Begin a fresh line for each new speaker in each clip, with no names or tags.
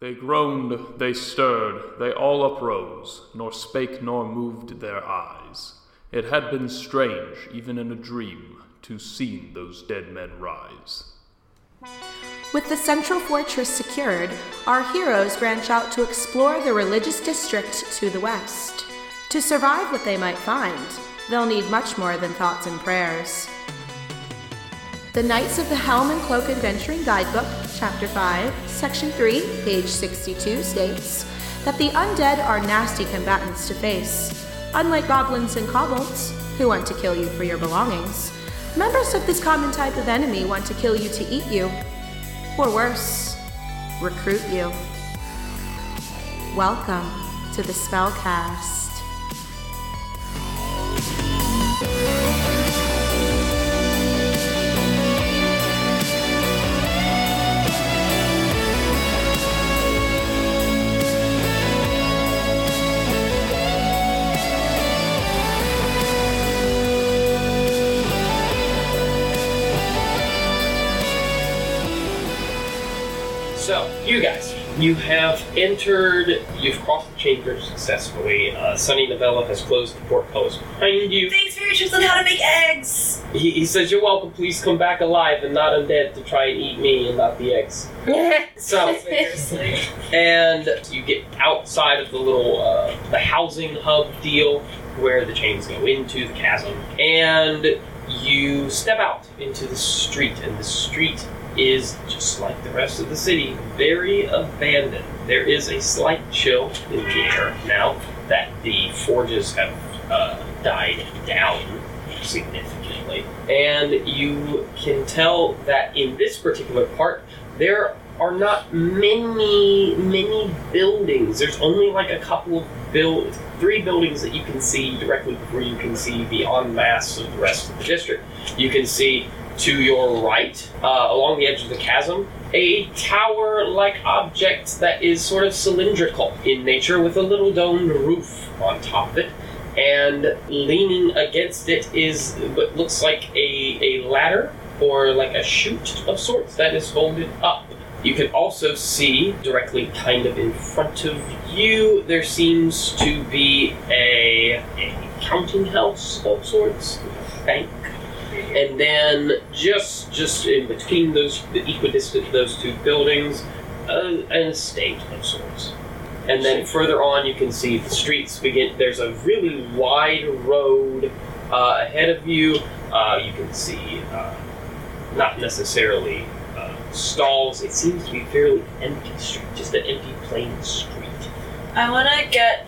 They groaned, they stirred, they all uprose, nor spake nor moved their eyes. It had been strange, even in a dream, to seen those dead men rise.
With the central fortress secured, our heroes branch out to explore the religious district to the west. To survive what they might find, they'll need much more than thoughts and prayers. The Knights of the Helm and Cloak Adventuring Guidebook, Chapter 5, Section 3, page 62, states that the undead are nasty combatants to face. Unlike goblins and kobolds, who want to kill you for your belongings, members of this common type of enemy want to kill you to eat you, or worse, recruit you. Welcome to the Spellcast.
So, you guys, you have entered, you've crossed the chamber successfully. Uh, Sunny Novella has closed the portcullis behind you.
Thanks for your tips on how to make eggs.
He, he says, You're welcome, please come back alive and not undead to try and eat me and not the eggs. So,
Seriously.
and you get outside of the little uh, the housing hub deal where the chains go into the chasm and you step out into the street and the street is just like the rest of the city very abandoned there is a slight chill in the air now that the forges have uh, died down significantly and you can tell that in this particular part there are not many many buildings. There's only like a couple of build three buildings that you can see directly before you can see the en masse of the rest of the district. You can see to your right, uh, along the edge of the chasm, a tower-like object that is sort of cylindrical in nature with a little domed roof on top of it. And leaning against it is what looks like a, a ladder or like a chute of sorts that is folded up. You can also see directly kind of in front of you, there seems to be a, a counting house of sorts, a bank. And then just just in between those the equidistant those two buildings, uh, an estate of sorts. And then further on, you can see the streets begin. There's a really wide road uh, ahead of you. Uh, you can see uh, not necessarily uh, stalls. It seems to be fairly empty street, just an empty plain street.
I want to get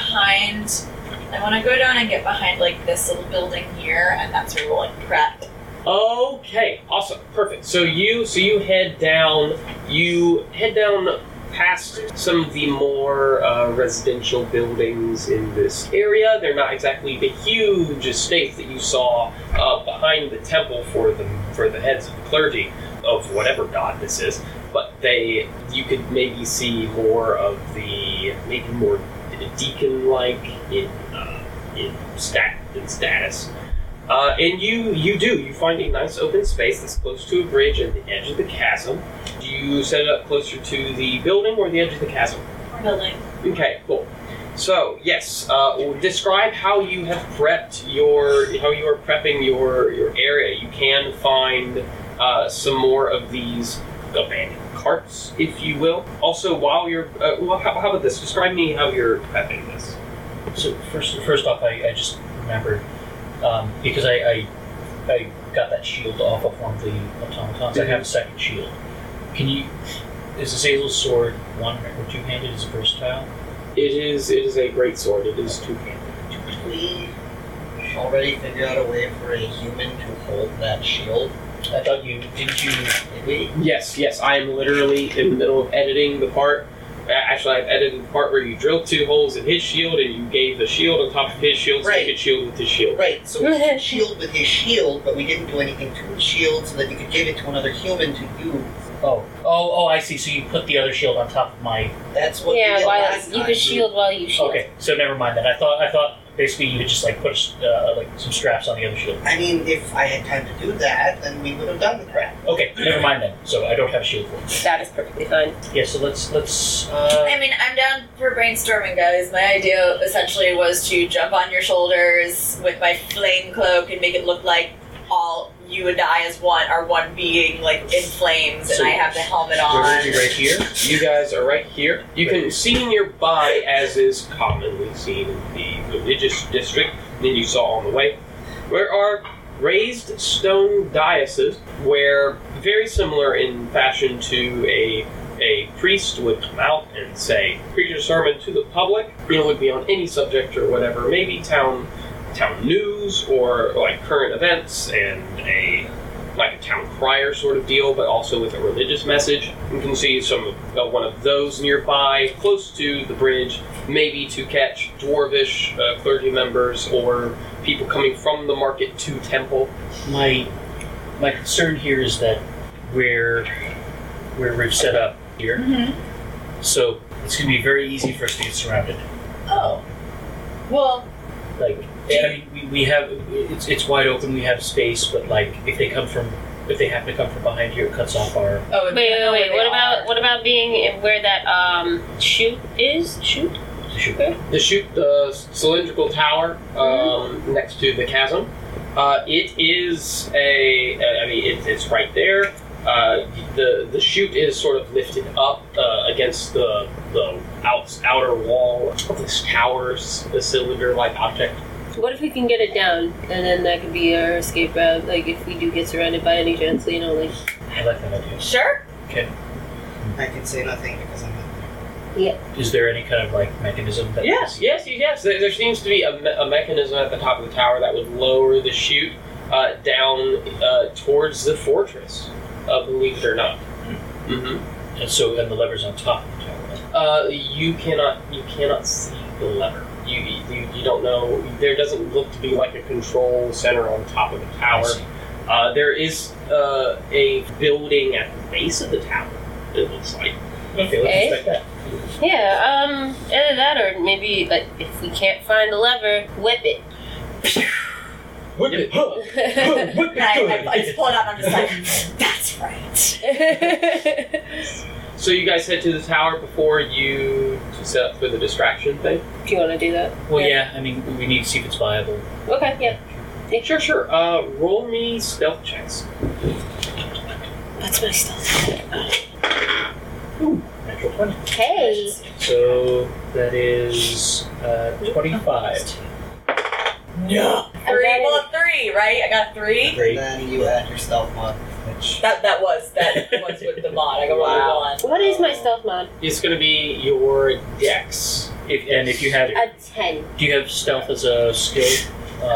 behind. I want to go down and get behind like this little building here, and that's where we'll like prep.
Okay, awesome, perfect. So you so you head down. You head down past some of the more uh, residential buildings in this area. They're not exactly the huge estates that you saw uh, behind the temple for the for the heads of the clergy of whatever god this is. But they, you could maybe see more of the maybe more deacon-like in uh, in stat in status. Uh, and you you do you find a nice open space that's close to a bridge at the edge of the chasm. Do you set it up closer to the building or the edge of the chasm?
Building.
Okay, cool. So yes, uh, well, describe how you have prepped your how you are prepping your your area. You can find uh, some more of these abandoned carts, if you will. Also, while you're uh, well, how, how about this? Describe me how you're prepping this.
So first, first off, I, I just remembered um, because I, I I got that shield off of one of the automatons. I have a second shield. Can you? Is this Azel's sword one or two handed? Is it versatile?
It is it is a great sword. It is two handed.
Did we already figure out a way for a human to hold that shield?
I thought you didn't you
Did we?
Yes, yes, I am literally in the middle of editing the part. a- Actually, I've edited the part where you drilled two holes in his shield and you gave the shield on top of his shield so
Right.
you could shield with his shield.
Right, so we had shield with his shield, but we didn't do anything to his shield so that you could give it to another human to use.
Oh, oh, oh! I see. So you put the other shield on top of my.
That's what we
Yeah,
did
while
last
you
time.
could shield while you shield.
Okay, so never mind that. I thought I thought Basically, you would just like put a s- uh, like some straps on the other shield.
I mean, if I had time to do that, then we would have done the crap.
Okay, never mind then. So I don't have a shield for it.
That is perfectly fine.
Yeah. So let's let's. Uh,
I mean, I'm down for brainstorming, guys. My idea essentially was to jump on your shoulders with my flame cloak and make it look like all you and I as one are one being, like in flames, and
So
I have the helmet
we're
on.
gonna be right here.
You guys are right here. You can see nearby, as is commonly seen in the religious district that you saw on the way. There are raised stone dioceses where, very similar in fashion to a a priest would come out and say, preach a sermon to the public. You know, would be on any subject or whatever. Maybe town town news or like current events and a like a town crier sort of deal, but also with a religious message. You can see some uh, one of those nearby, close to the bridge, maybe to catch dwarvish uh, clergy members or people coming from the market to temple.
My my concern here is that where where we've set up here,
Mhm.
so it's gonna be very easy for us to get surrounded.
Oh. Well,
Like I mean, we, we have it's it's wide open. We have space, but like if they come from if they happen to come from behind here, it cuts off our.
oh,
Wait, wait, wait. What about
what?
what about being in where that um chute is? Chute?
the shoot.
The shoot the cylindrical tower um, next to the chasm. Uh, it is a. I mean, it, it's right there. Uh, the the chute is sort of lifted up uh, against the the out, outer wall of this tower's the cylinder like object.
What if we can get it down, and then that could be our escape route? Like if we do get surrounded by any chance, you know, like
I like that idea.
Sure.
I can say nothing because I'm not.
Is there any kind of like mechanism that?
Yes, yes, yes, yes. There, there seems to be a, me- a mechanism at the top of the tower that would lower the chute uh, down uh, towards the fortress. Uh, believe it or not. hmm
And so and the levers on top of the tower. right?
Uh, you cannot you cannot see the lever. You, you you don't know. There doesn't look to be like a control center on top of the
I
tower.
see.
Uh, there is uh, a building at the base of the tower. It looks like.
Okay, let's
Okay.
inspect that.
yeah. Um, either that or maybe like if we can't find the lever, whip it.
Whip it. Huh. Huh. Whip
And I, I,
it.
I just pull it out and I'm just like, that's right.
So you guys head to the tower before you to set up for the distraction thing.
do you want to do that?
Well, yeah. I mean, we need to see if it's viable.
Okay. Yeah.
Sure, sure. Uh, roll me stealth checks.
That's my stealth.
Natural twenty.
Hey.
So that is uh, twenty-five. No.
Three. Well, three, right? I got three.
Great.
And then you add your stealth mod, which
That that was that was with the mod. I got
Wow.
one.
What is my stealth mod?
It's going to be your dex.
If, and if you have,
A ten.
do you have stealth as a skill? Uh,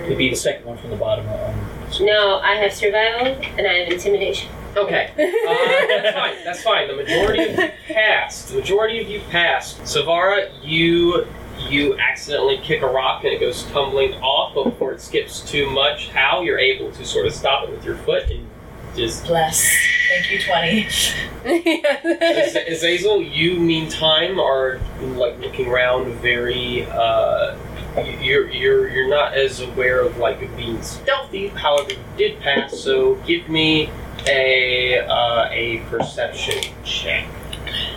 it'd
Um.
be the second one from the bottom. Um,
No, I have survival and I have intimidation.
Okay. Uh, that's fine. That's fine. The majority of you passed. The majority of you passed. Savara, you you accidentally kick a rock and it goes tumbling off but before it skips too much. How you're able to sort of stop it with your foot and just.
Bless. Thank you, twenty.
Az- Azazel, you meantime are like looking around very. Uh, y- you're you're you're not as aware of like being stealthy. However, you did pass. So give me a uh, a perception check.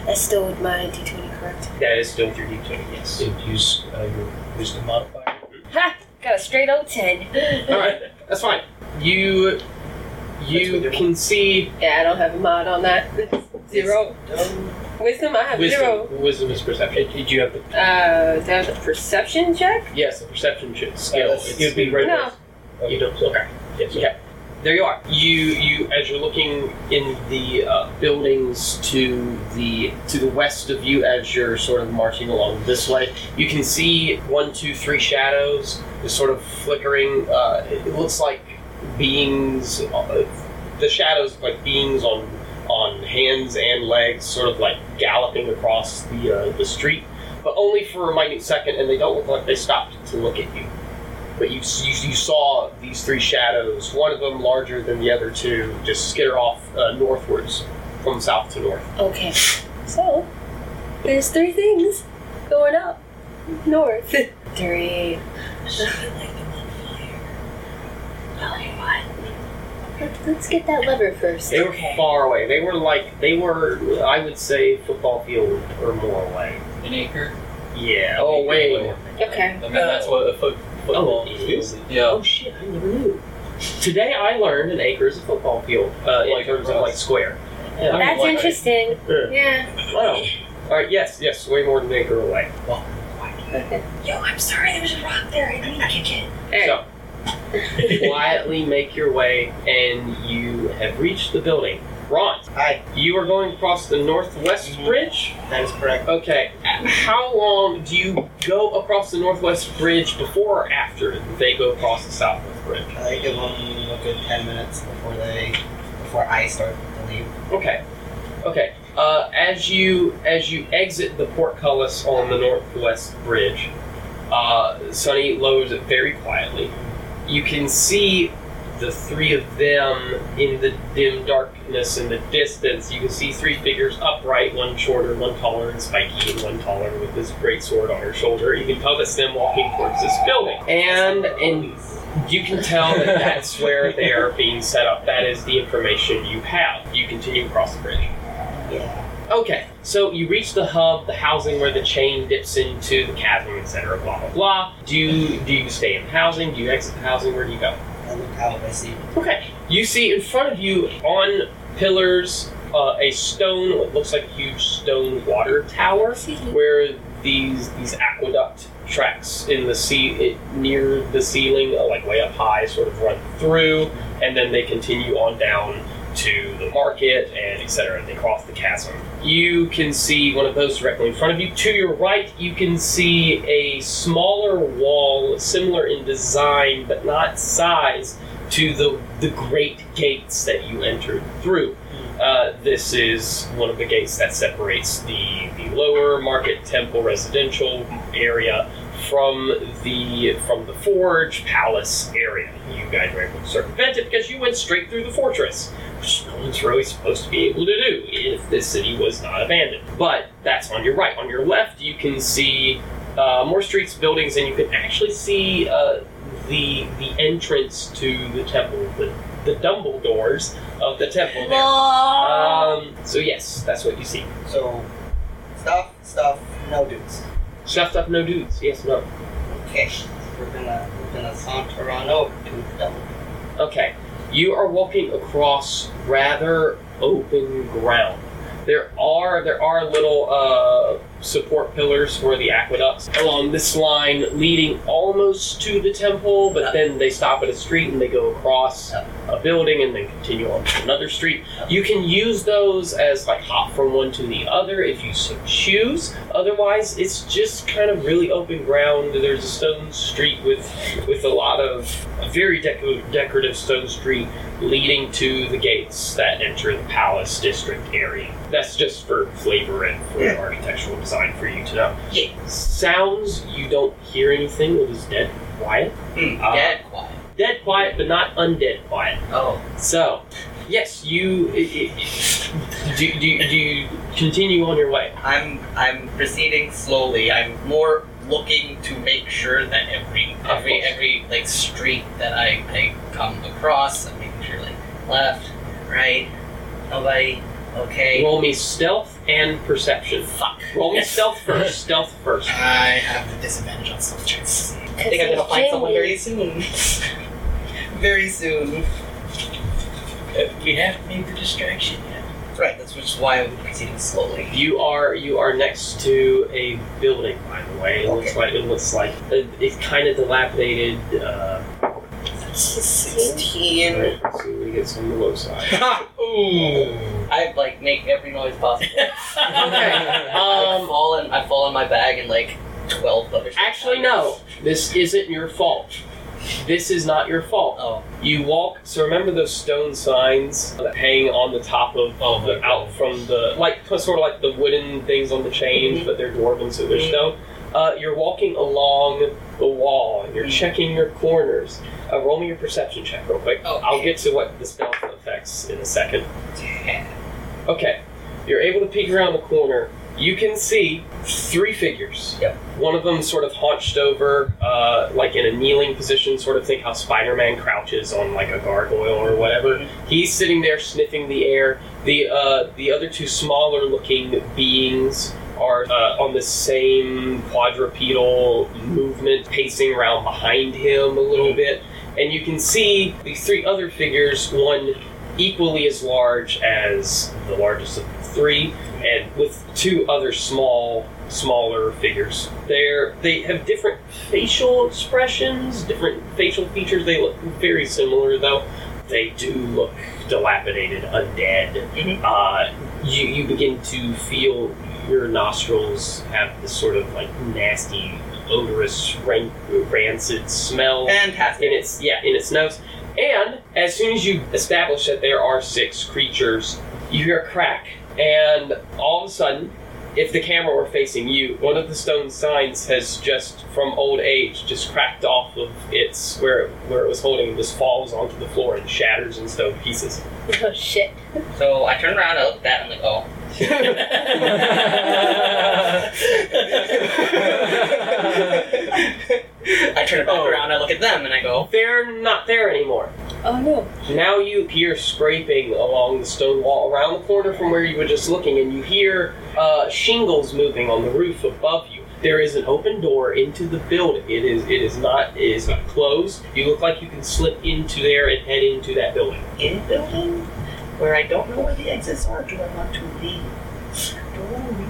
That's still with my d20, correct?
That is still your D20, yes.
so use uh, your wisdom modifier.
Ha! Got a straight old 10.
Alright, that's fine. You
That's
you
what
can see
Yeah, I don't have a mod on that. Zero. Wisdom, I have
wisdom.
zero.
Wisdom is perception.
Did did you have? The,
Uh, that was a perception check?
Yes, a perception should skill.
that's-
Oh, It's-
it would be right.
No.
Oh, you don't. Okay. Yes.
Okay. There you are. You you as you're looking in the uh, buildings to the to the west of you as you're sort of marching along this way, you can see one, two, three shadows just sort of flickering. Uh, it it looks like beings. Uh, the shadows of, like beings on on hands and legs, sort of like galloping across the uh, the street, but only for a minute second, and they don't look like they stopped to look at you but you, you, you saw these three shadows, one of them larger than the other two, just skitter off uh, northwards from south to north.
Okay. So, there's three things going up. north. Three. Let's get that lever first.
They were
Okay.
far away. They were like they were, I would say, football field or more away.
An acre.
Yeah. Oh, way more.
Okay.
I mean, that's what a foot, football
it
field
is?
Yeah.
Oh shit! I never knew. Today I learned an acre is a football field uh, in
Like
terms of
across.
like square.
I mean,
That's
like,
interesting.
Yeah.
Yeah.
Wow. All right. Yes. Yes. Way more than an acre away.
Okay.
Yo, I'm sorry, there was a rock there. I didn't kick it.
Alright.
So quietly make your way, and you have reached the building. Ron,
Hi.
you are going across the northwest bridge.
That is correct.
Okay. How long do you go across the northwest bridge before or after they go across the southwest bridge?
I give them a good ten minutes before they, before I start to leave.
Okay. Okay. Uh, as you as you exit the portcullis on the northwest bridge, uh, Sunny lowers it very quietly. You can see the three of them in the dim darkness in the distance. You can see three figures upright, one shorter, one taller, and spiky, and one taller with his great sword on her shoulder. You can tell that's them walking towards this building, and and you can tell that that's where they are being set up. That is the information you have. You continue across the bridge. Okay, so you reach the hub, the housing where the chain dips into the chasm, etc. Blah blah blah. Do you, do you stay in housing? Do you exit the housing? Where do you go?
I look out. I see.
Okay, you see in front of you on pillars uh, a stone, what looks like a huge stone water tower, where these these aqueduct tracks in the sea it, near the ceiling, uh, like way up high, sort of run through, and then they continue on down to the market and etc. They cross the chasm. You can see one of those directly in front of you. To your right, you can see a smaller wall, similar in design but not size to the the great gates that you entered through. Uh, this is one of the gates that separates the, the lower market temple residential area from the from the forge palace area. You guys were able to circumvent it because you went straight through the fortress, which no one's really supposed to be able to do if this city was not abandoned. But that's on your right. On your left, you can see uh, more streets, buildings, and you can actually see uh, the the entrance to the temple, the the Dumbledores of the temple. There. Um, so yes, that's what you see.
So, stuff, stuff, no dudes.
Stuffed up, no dudes. Yes, no.
Okay, we're gonna we're gonna saunter on over to the double.
Okay, you are walking across rather open ground. There are there are little uh, support pillars for the aqueducts along this line, leading almost to the temple. But then they stop at a street and they go across a building and then continue on to another street. You can use those as like hop from one to the other if you so choose. Otherwise, it's just kind of really open ground. There's a stone street with with a lot of a very deco- decorative stone street leading to the gates that enter the palace district area. That's just for flavor and for
Yeah.
architectural design for you to know.
Yeah.
Sounds you don't hear anything. It is dead quiet,
Mm,
Uh,
dead quiet.
dead quiet, but not undead quiet.
Oh,
So, yes, you i- i- do, do, do you continue on your way?
I'm I'm proceeding slowly. I'm more looking to make sure that every
Of
Every
course.
every like street that I, I come across, I'm making sure like
left, right, nobody. Okay.
Roll me stealth and perception. Fuck. Roll me stealth first. stealth first.
I have the disadvantage on stealth checks.
I think I'm gonna find someone very soon. very soon. Uh,
We haven't made the distraction yet.
Right. That's which is why I'm proceeding slowly.
You are you are next to a building, by the way. It looks like it looks like it- it's kind of dilapidated. Uh,
Sixteen.
right, let's see what he gets on the low side.
Ha!
Ooh.
I like make every noise possible.
Okay.
I
Um.
fall in, I fall in my bag and like twelve other.
Actually, no. This isn't your fault. This is not your fault.
Oh,
You walk. So remember those stone signs that hang on the top of
Oh my
the, out
God.
from the like sort of like the wooden things on the chains,
Mm-hmm.
but they're dwarven, so they're stone. Uh, you're walking along the wall and
Mm-hmm.
you're checking your corners. Uh, roll me your perception check real quick.
Oh, Okay.
I'll get to what the spell affects in a second.
damn.
Okay, you're able to peek around the corner. You can see three figures.
Yep.
One of them sort of hunched over, uh, like in a kneeling position, sort of think how Spider Man crouches on like a gargoyle or whatever. He's sitting there sniffing the air. The, uh, the other two smaller looking beings are uh, on the same quadrupedal movement, pacing around behind him a little bit. And you can see these three other figures, one equally as large as the largest of the three, and with two other small, smaller figures. They're, they have different facial expressions, different facial features. They look very similar, though. They do look dilapidated, undead. Uh, you, you begin to feel your nostrils have this sort of like nasty, odorous, rank, rancid smell
Fantastic.
in its yeah in its nose. And as soon as you establish that there are six creatures, you hear a crack, and all of a sudden, if the camera were facing you, one of the stone signs has just from old age just cracked off of its where where it was holding and just falls onto the floor and shatters in stone pieces.
Oh shit.
So I turn around, I look at that, I'm like, oh. I turn it back
Oh.
around, I look at them, and I go,
They're not there anymore.
Oh no.
Now you hear scraping along the stone wall around the corner from where you were just looking, and you hear uh, shingles moving on the roof above you. There is an open door into the building. It is it is not it is not closed. You look like you can slip into there and head into that building.
In building where I don't know where the exits are. Do I want to leave?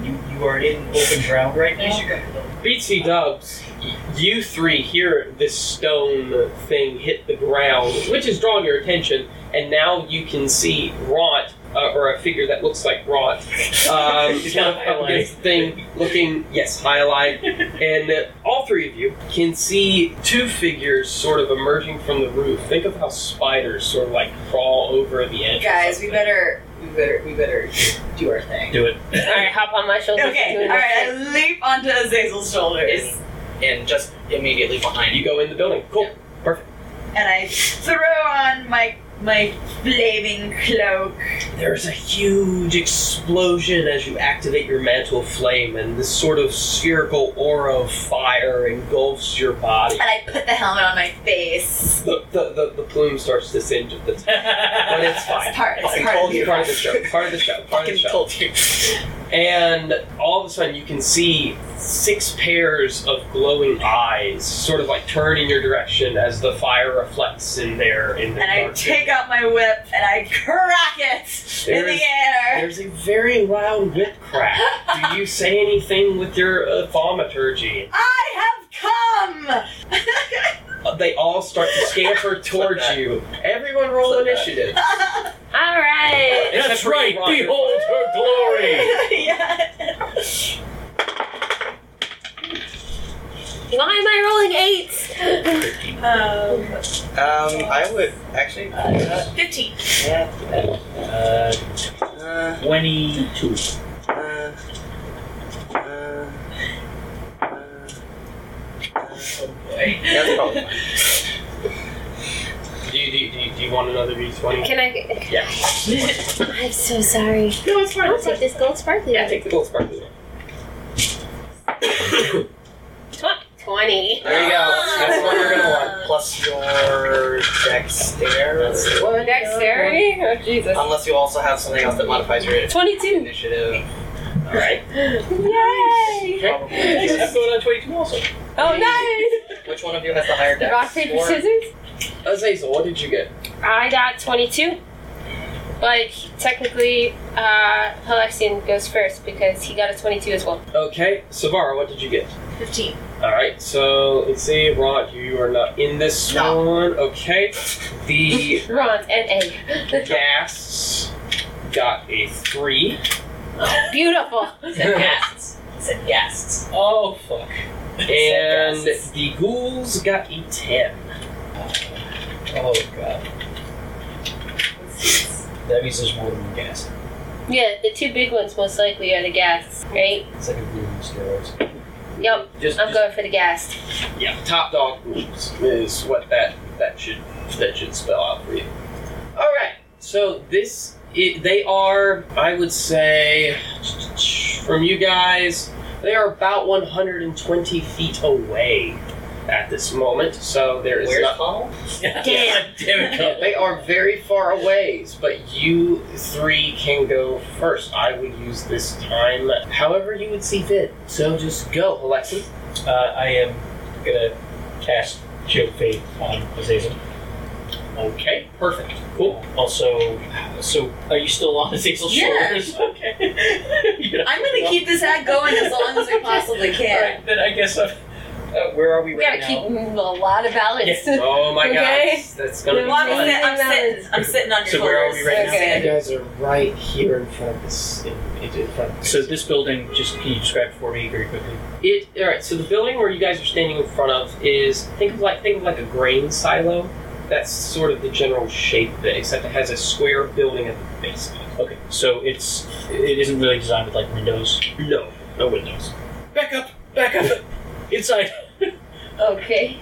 You, you are in open ground right
You
now.
should go to the building.
BT Dubs, y- you three hear this stone thing hit the ground, which is drawing your attention, and now you can see Ront, uh, or a figure that looks like Ront, um, kind of up against the thing, looking, yes, high alive. And uh, all three of you can see two figures sort of emerging from the roof. Think of how spiders sort of like crawl over the edge. or
Guys, we
something.
better, we better, we better do our thing.
Do it.
Alright, hop on my shoulder.
Okay, all right, I leap onto Azazel's shoulders
and just immediately behind
You
you.
go in the building. Cool.
and I throw on my my flaming cloak.
There's a huge explosion as you activate your mantle of flame, and this sort of spherical aura of fire engulfs your body.
And I put the helmet on my face.
The, the, the, the plume starts to singe at the top, but it's fine.
It's part, it's
Fucking
part of
told
the
you, part of the show, part of the show, part of
Fucking
the show.
told you.
And all of a sudden, you can see six pairs of glowing eyes, sort of like turn in your direction as the fire reflects in their in their
And I
dark
take out my whip and I crack it in
There's-
the air.
There's a very loud whip crack. Do you say anything with your uh, thaumaturgy?
I have come.
Uh, They all start to scamper towards
that.
you. Everyone roll
Flip that.
initiative.
Alright.
Except
That's
for
right.
Rocket.
Behold her glory.
yeah.
Why am I rolling eights?
Um,
Um, I would actually. Uh,
15.
Uh,
uh,
22.
uh, uh, that's probably fine.
Do you, do, you, do, you, do you want another d20?
Can I?
Yeah.
I'm so sorry.
No, it's fine.
I'll
It's fine.
take this gold sparkly.
Yeah, take the gold sparkly one.
Tw- Twenty.
There you go. That's what you're gonna want. Plus your dexterity.
Dexterity? Oh Jesus.
Unless you also have something else that modifies your
Twenty-two.
initiative.
Alright.
Yay!
Probably.
I'm going on 22 also.
Oh
Which one of you has the higher
nice!
dex?
Rock paper
Or-
scissors.
Azazel, what did you get?
I got twenty-two. But technically, uh, Halexian goes first because he got a twenty-two as well.
Okay. Savara, what did you get?
15.
All right, so let's see, Rod, you are not in this
No.
one. Okay, the
Ron and A.
gas got a three.
Beautiful.
Said guests. Said guests.
Oh fuck! And
Yes.
the ghouls got a ten.
Oh, God. That means there's more than one gas.
Yeah, the two big ones most likely are the gas, right?
It's like a glue and steroids.
Yep.
Just,
I'm
just
going for the gas.
yeah, top dog ghouls is what that that should that should spell out for you. All right, so this i they are, I would say, from you guys, They are about 120 feet away at this moment, so there is
Where's
not-
Connell?
Damn. they are very far away, but you three can go first. I would use this time however you would see fit. So just go, Alexis.
Uh, I am gonna cast Shield of Faith on Azazel.
Okay, perfect.
Cool. Also, so are you still on Azazel's
Yeah.
shoulders? Okay. You know,
I'm gonna keep this act going as long as I possibly
all
can.
right, then I guess uh, uh, where are we
We
right
gotta
now?
keep mm, a lot of balance.
Oh my
Okay.
god, that's
Well,
gonna be
I'm,
fun.
sit- I'm sitting. I'm sitting on your
So where are
shoulders.
we right now?
Xander.
You guys are right here in front of this. In, in front of this.
So this building, just can you describe it for me very quickly?
It all right. So the building where you guys are standing in front of is think of like think of like a grain silo. That's sort of the general shape of it, except it has a square building at the base. of it.
Okay, so it's it isn't really designed with like windows.
No, no windows.
Back up, back up, inside.
Okay.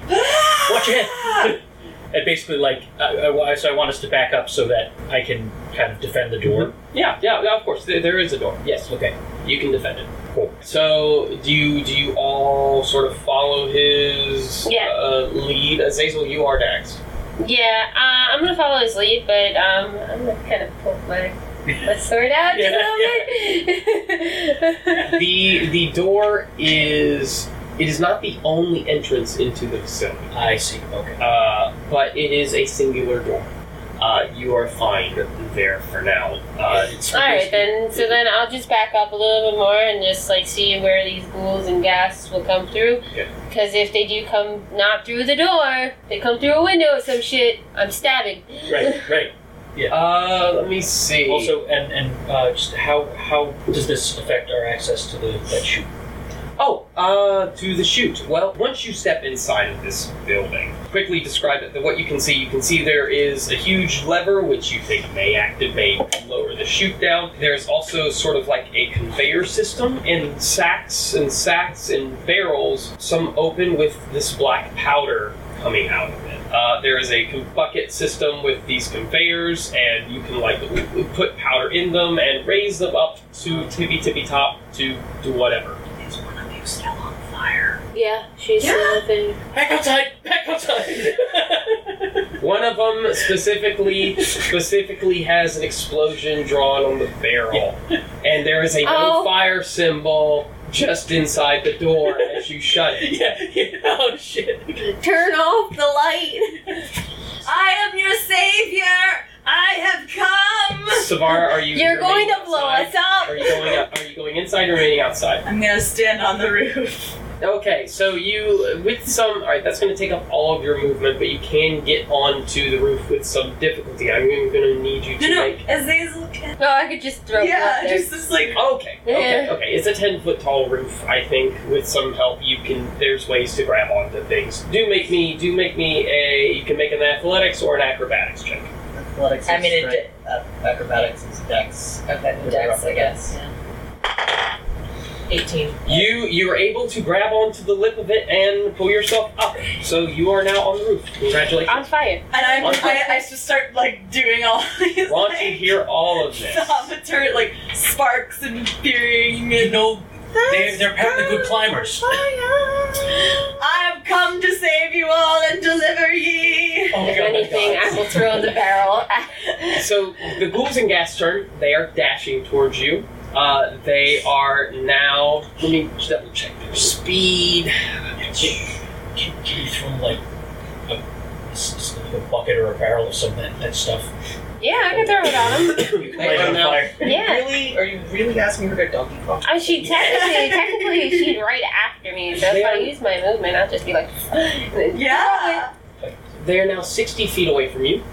Watch your head. and basically, like, I, I wa- so I want us to back up so that I can kind of defend the door.
Yeah, yeah, yeah, of course. There, there is a door. Yes,
Okay,
you can defend it.
Cool.
So, do you do you all sort of follow his
Yeah.
uh, lead? Azazel, you are next.
Yeah, uh, I'm gonna follow his lead, but um, I'm gonna kind of pull my, my sword out just a
Yeah,
little bit.
the The door is it is not the only entrance into the facility.
I see. Okay.
Uh, but it is a singular door. Uh, you are fine there for now. Uh, it's
All right, then. So then I'll just back up a little bit more and just like see where these ghouls and ghasts will come through.
Yeah.
Because if they do come not through the door, they come through a window or some shit. I'm stabbing.
Right. Right.
Uh, let me see.
Also, and and uh, just how how does this affect our access to the that chute?
oh, uh, to the chute. Well, once you step inside of this building, quickly describe it. What you can see, you can see there is a huge lever which you think may activate and lower the chute down. There's also sort of like a conveyor system and sacks and sacks and barrels, some open with this black powder coming out of it. Uh, there is a con- bucket system with these conveyors, and you can like w- w- put powder in them and raise them up to tippy tippy top to do whatever.
Is one of you still on fire?
Yeah, she's
Yeah.
stabbing.
Back outside! Back outside!
One of them specifically specifically has an explosion drawn on the barrel, and there is a no
Oh.
fire symbol just inside the door as you shut it.
yeah, yeah. Oh shit.
Turn off the light. I am your savior. I have come.
Savara, are you?
You're going
remaining
to blow
outside?
us up.
Are you going? Up, are you going inside or remaining outside?
I'm gonna stand on the roof.
Okay, so you with some all right. That's going to take up all of your movement, but you can get onto the roof with some difficulty. I'm going to need you to
No, no,
make.
Azazel. Can,
No, Oh, I could just throw.
yeah,
it up
just this like.
Okay, okay,
Yeah.
okay. It's a ten foot tall roof. I think with some help, you can. There's ways to grab onto things. Do make me. Do make me a. You can make an athletics or an acrobatics check.
Athletics.
I mean, it
strength. Uh, acrobatics is dex.
Okay, Dex, I guess. Yeah. Eighteen.
You you are able to grab onto the lip of it and pull yourself up. So you are now on the roof.
there.
Congratulations.
On fire.
And I'm,
One-
I, I just start like doing all these.
Why don't you
like,
hear all of this?
Thaumaturgy, like sparks and peering and
No,
That's
they, they're apparently good climbers.
fire. I have come to save you all and deliver ye.
Oh,
if
God.
anything, I will throw the barrel.
So the ghouls and gas turn. They are dashing towards you. Uh, they are now. Let me double check their speed.
Can, can you throw like a, s- s- like a bucket or a barrel of some of that, that stuff?
yeah, I could throw it on him.
You can
They
light it
are
on
now-
fire.
Yeah.
Really? Are you really asking her to donkey kong?
Uh, she technically, technically, she's right after me. So if I use my movement, I'll just be like,
Yeah.
They are now sixty feet away from you.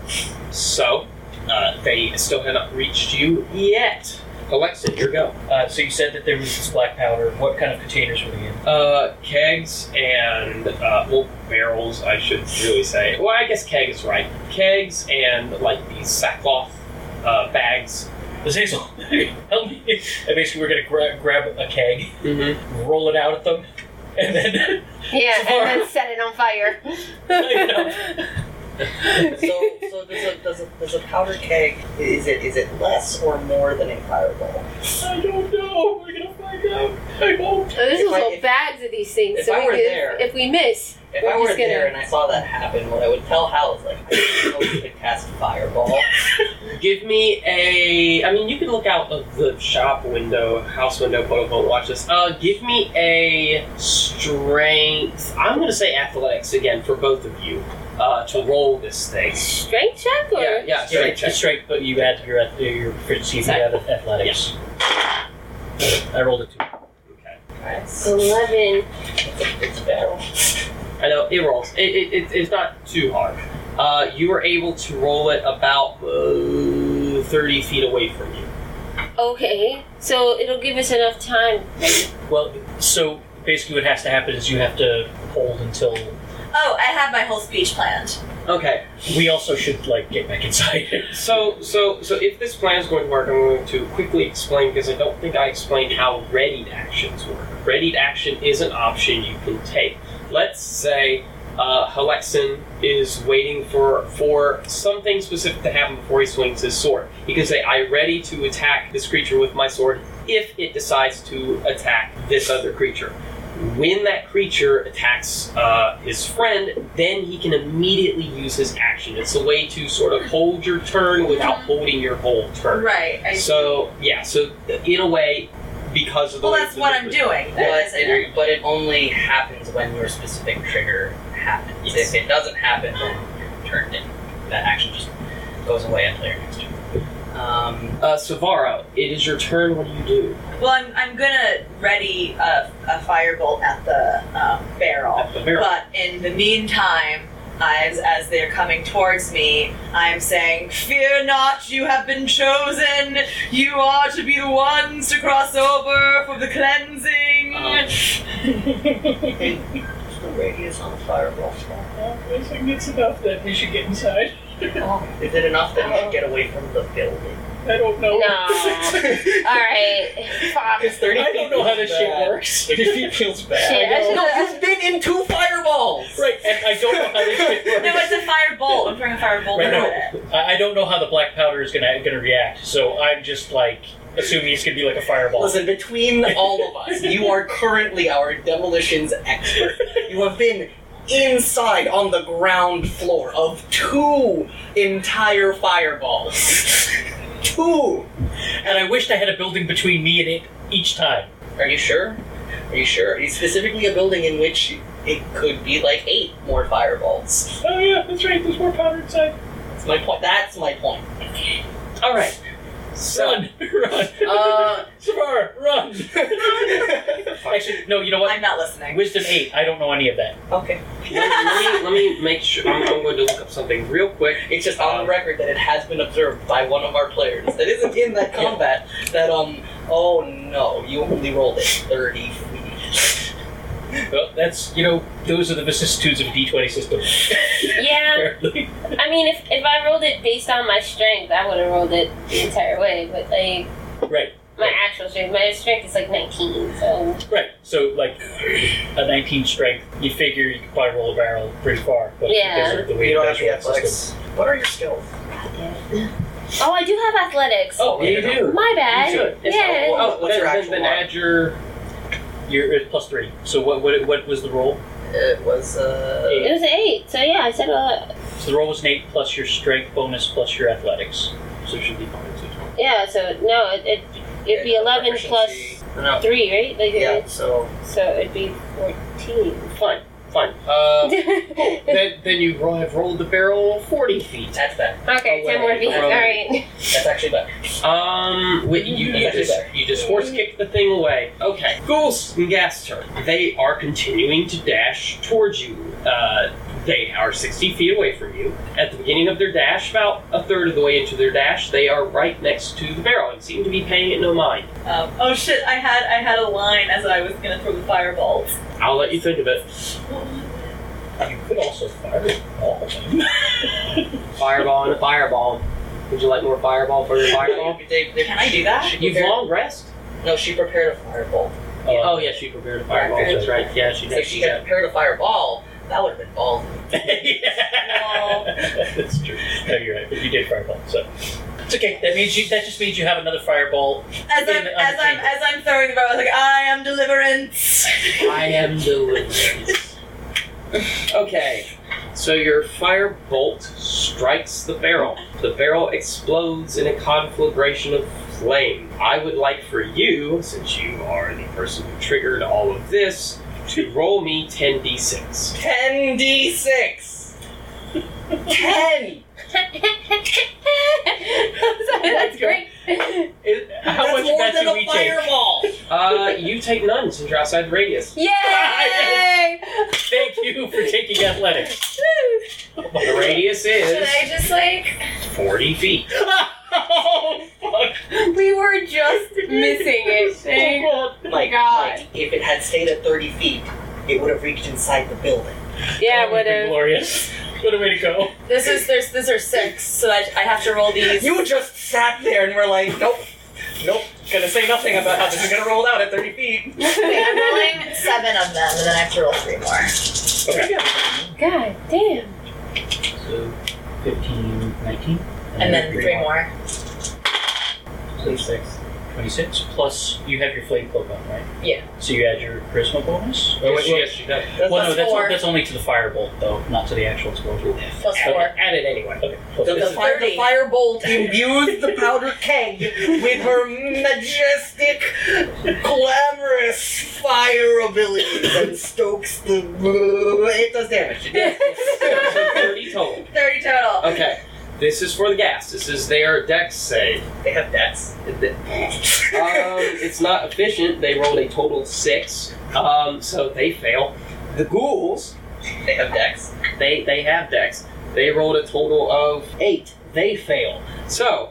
So uh, they still have not reached you yet. Alexa, here go.
Uh, so you said that there was this black powder. What kind of containers were they in?
Uh, kegs and uh, well, barrels. I should really say. Well, I guess keg is right. Kegs and like these sackcloth uh, bags.
This Hazel, help me. And basically, we're gonna gra- grab a keg,
Mm-hmm.
roll it out at them, and then
yeah, and then set it on fire.
you know,
so, so does a does a does a powder keg is it is it less or more than a fireball?
I don't know. We're gonna find out. I won't.
Oh, there's
If I-
little
if-
bags of these things.
if
so
I
we
were
could-
there-
if we miss,
If
We're
I were
just
there and
gonna-
I saw that happen, what I would tell Hal is like, I didn't know you could cast fireball.
Give me a. I mean, you can look out of the shop window, house window, quote unquote. Watch this. Uh, give me a strength. I'm gonna say athletics again for both of you. Uh, to roll this thing.
strength check or
Yeah, yeah,
Straight,
strength check.
straight, but you add your ath- your proficiency
Exactly.
to add athletics. I rolled a two.
Okay.
eleven.
it's a barrel.
I know it rolls. It, it, it, it's not too hard. Uh, you were able to roll it about uh, thirty feet away from you.
Okay, so it'll give us enough time.
Well, so basically, what has to happen is you have to hold until
Oh, I have my whole speech planned.
Okay.
we also should like get back inside.
So, so, so if this plan is going to work, I'm going to quickly explain because I don't think I explained how readied actions work. Readied action is an option you can take. Let's say uh, Halexin is waiting for for something specific to happen before he swings his sword. He can say, "I ready to attack this creature with my sword if it decides to attack this other creature." When that creature attacks uh, his friend, then he can immediately use his action. It's a way to sort of hold your turn without holding your whole turn.
Right. I
So yeah, so in a way, because of the
well,
way
that's
the
what I'm
movement-
doing. That
But
is it.
it, but it only happens when your specific trigger happens.
Yes.
If it doesn't happen, then you're turned in. That action just goes away until your next turn. Um,
Uh, Savara, it is your turn. What do you do?
Well, I'm, I'm gonna ready a, a firebolt at the um, barrel.
At the barrel.
But in the meantime, as, as they're coming towards me, I'm saying, Fear not, you have been chosen. You are to be the ones to cross over for the cleansing.
Um,
What's the radius on a fireball?
I think it's enough that we should get inside.
Is it enough that we should get away from the building?
I don't know.
No. All right. Fuck.
it's 30
I don't know how this shit
bad.
works.
Thirty feet feels bad.
Shit, I
know.
should-
No, you've been in two fireballs.
Right, and I don't know how this shit works.
no, it's a firebolt. I'm throwing a firebolt
Right,
at
no.
it.
I, I don't know how the black powder is gonna gonna react, so I'm just like assuming it's gonna be like a fireball.
Listen, between all of us, you are currently our demolitions expert. You have been inside on the ground floor of two entire fireballs. two.
and I wished I had a building between me and it each time.
Are you sure? Are you sure? It's specifically a building in which it could be like eight more fireballs.
Oh yeah, that's right. There's more powder inside.
That's my point. That's my point.
All right. So,
Run, run,
Uh,
Savar, run. Actually, no. You know what?
I'm not listening.
Wisdom eight. I don't know any of that.
okay.
let, let me let me make sure. I'm, I'm going to look up something real quick.
It's just on the record that it has been observed by one of our players that isn't in that combat that um oh no, you only rolled a thirty feet.
Well, that's you know those are the vicissitudes of a D twenty system.
Yeah.
apparently.
I mean, if, if I rolled it based on my strength, I would have rolled it the entire way. But like
right,
my actual strength, my strength is like 19. So
right. So like a nineteen strength, you figure you could probably roll a barrel pretty far, but
Yeah.
because of the way
We don't
the
have the
natural system.
athletics. What are your skills?
oh, I do have athletics.
Oh, yeah, you do.
My bad.
You should. It's-
yeah.
Oh,
What's
then,
your
then-
actual
then
mark?
add your
You're it's uh, plus three. So what what what was the roll?
It was uh,
It was an eight. So yeah, I said uh,
So the roll was an eight plus your strength bonus plus your athletics. So it should be bonus.
yeah. So no, it, it it'd be 11 plus
proficiency.
three, right? Like,
yeah.
uh,
So
So it'd be 14.
fine, fine.
Oh.
Uh, then then you ro- have rolled the barrel forty feet.
That's better.
Okay, ten more
Away
feet.
from-
All right.
That's actually better.
Um, wait, you, you just you just horse kicked the thing away. Okay, ghouls and gas turn. They are continuing to dash towards you. Uh, they are sixty feet away from you. At the beginning of their dash, about a third of the way into their dash, they are right next to the barrel and seem to be paying it no mind.
Um, oh shit! I had I had a line as I was gonna throw the fireball.
I'll let you think of it.
You could also fire it all.
Fireball and a fireball. Would you like more fireball for your fireball?
They- they-
Can I do that?
she
You've
prepared-
long rest.
No, she prepared a fireball.
oh yeah, she prepared a fireball. That's right. Yeah, she
So
did.
she had prepared a fireball,
That would have been ballsy.
That's true. No, you're right. But you did fireball, so it's okay. That means you. That just means you have another fireball.
As
in,
I'm,
on
as
the
I'm,
table.
as I'm throwing the bow, I was like, I am deliverance.
I am the
Okay, so your firebolt strikes the barrel. The barrel explodes in a conflagration of flame. I would like for you, since you are the person who triggered all of this, to roll me 10d6.
10d6. 10!
Sorry, that's great.
Is- How
That's
much
more
bet
than
do
a
we
fireball!
take? Uh, you take none since you're outside the radius.
Yay!
Thank you for taking athletics.
The radius
Should
is
I just like?
40 feet.
oh fuck!
we were just missing it. Shane.
Like,
God.
like, if it had stayed at 30 feet, it would have reached inside the building.
Yeah,
That
would
been
have.
glorious. What a way to go.
This is there's these are six, so I, I have to roll these.
You just sat there and were like, nope, nope, gonna say nothing about how this is gonna roll out at 30 feet.
Wait, I'm rolling seven of them, and then I have to roll three more.
Okay.
God damn.
So 15, 19.
And then three more.
26. 26. Plus, you have your flame cloak on, right?
Yeah.
So you add your charisma bonus? Or
Yes,
Oh, wait, wait.
yes, you got it.
That's
Well, no,
plus
that's,
four.
that's only to the firebolt, though, not to the actual explosion.
Plus four.
Add it anyway.
Okay.
The,
plus-
the,
is
fire, the
30.
firebolt imbues the powder keg with her majestic, glamorous
Fire abilities and stokes the. It does damage.
So 30 total.
Thirty total.
Okay. This is for the gas. This is their dex save.
They have deaths.
um, it's not efficient. They rolled a total six, um, so they fail. The ghouls,
They have deaths.
they they have dex. They rolled a total of eight. They fail. So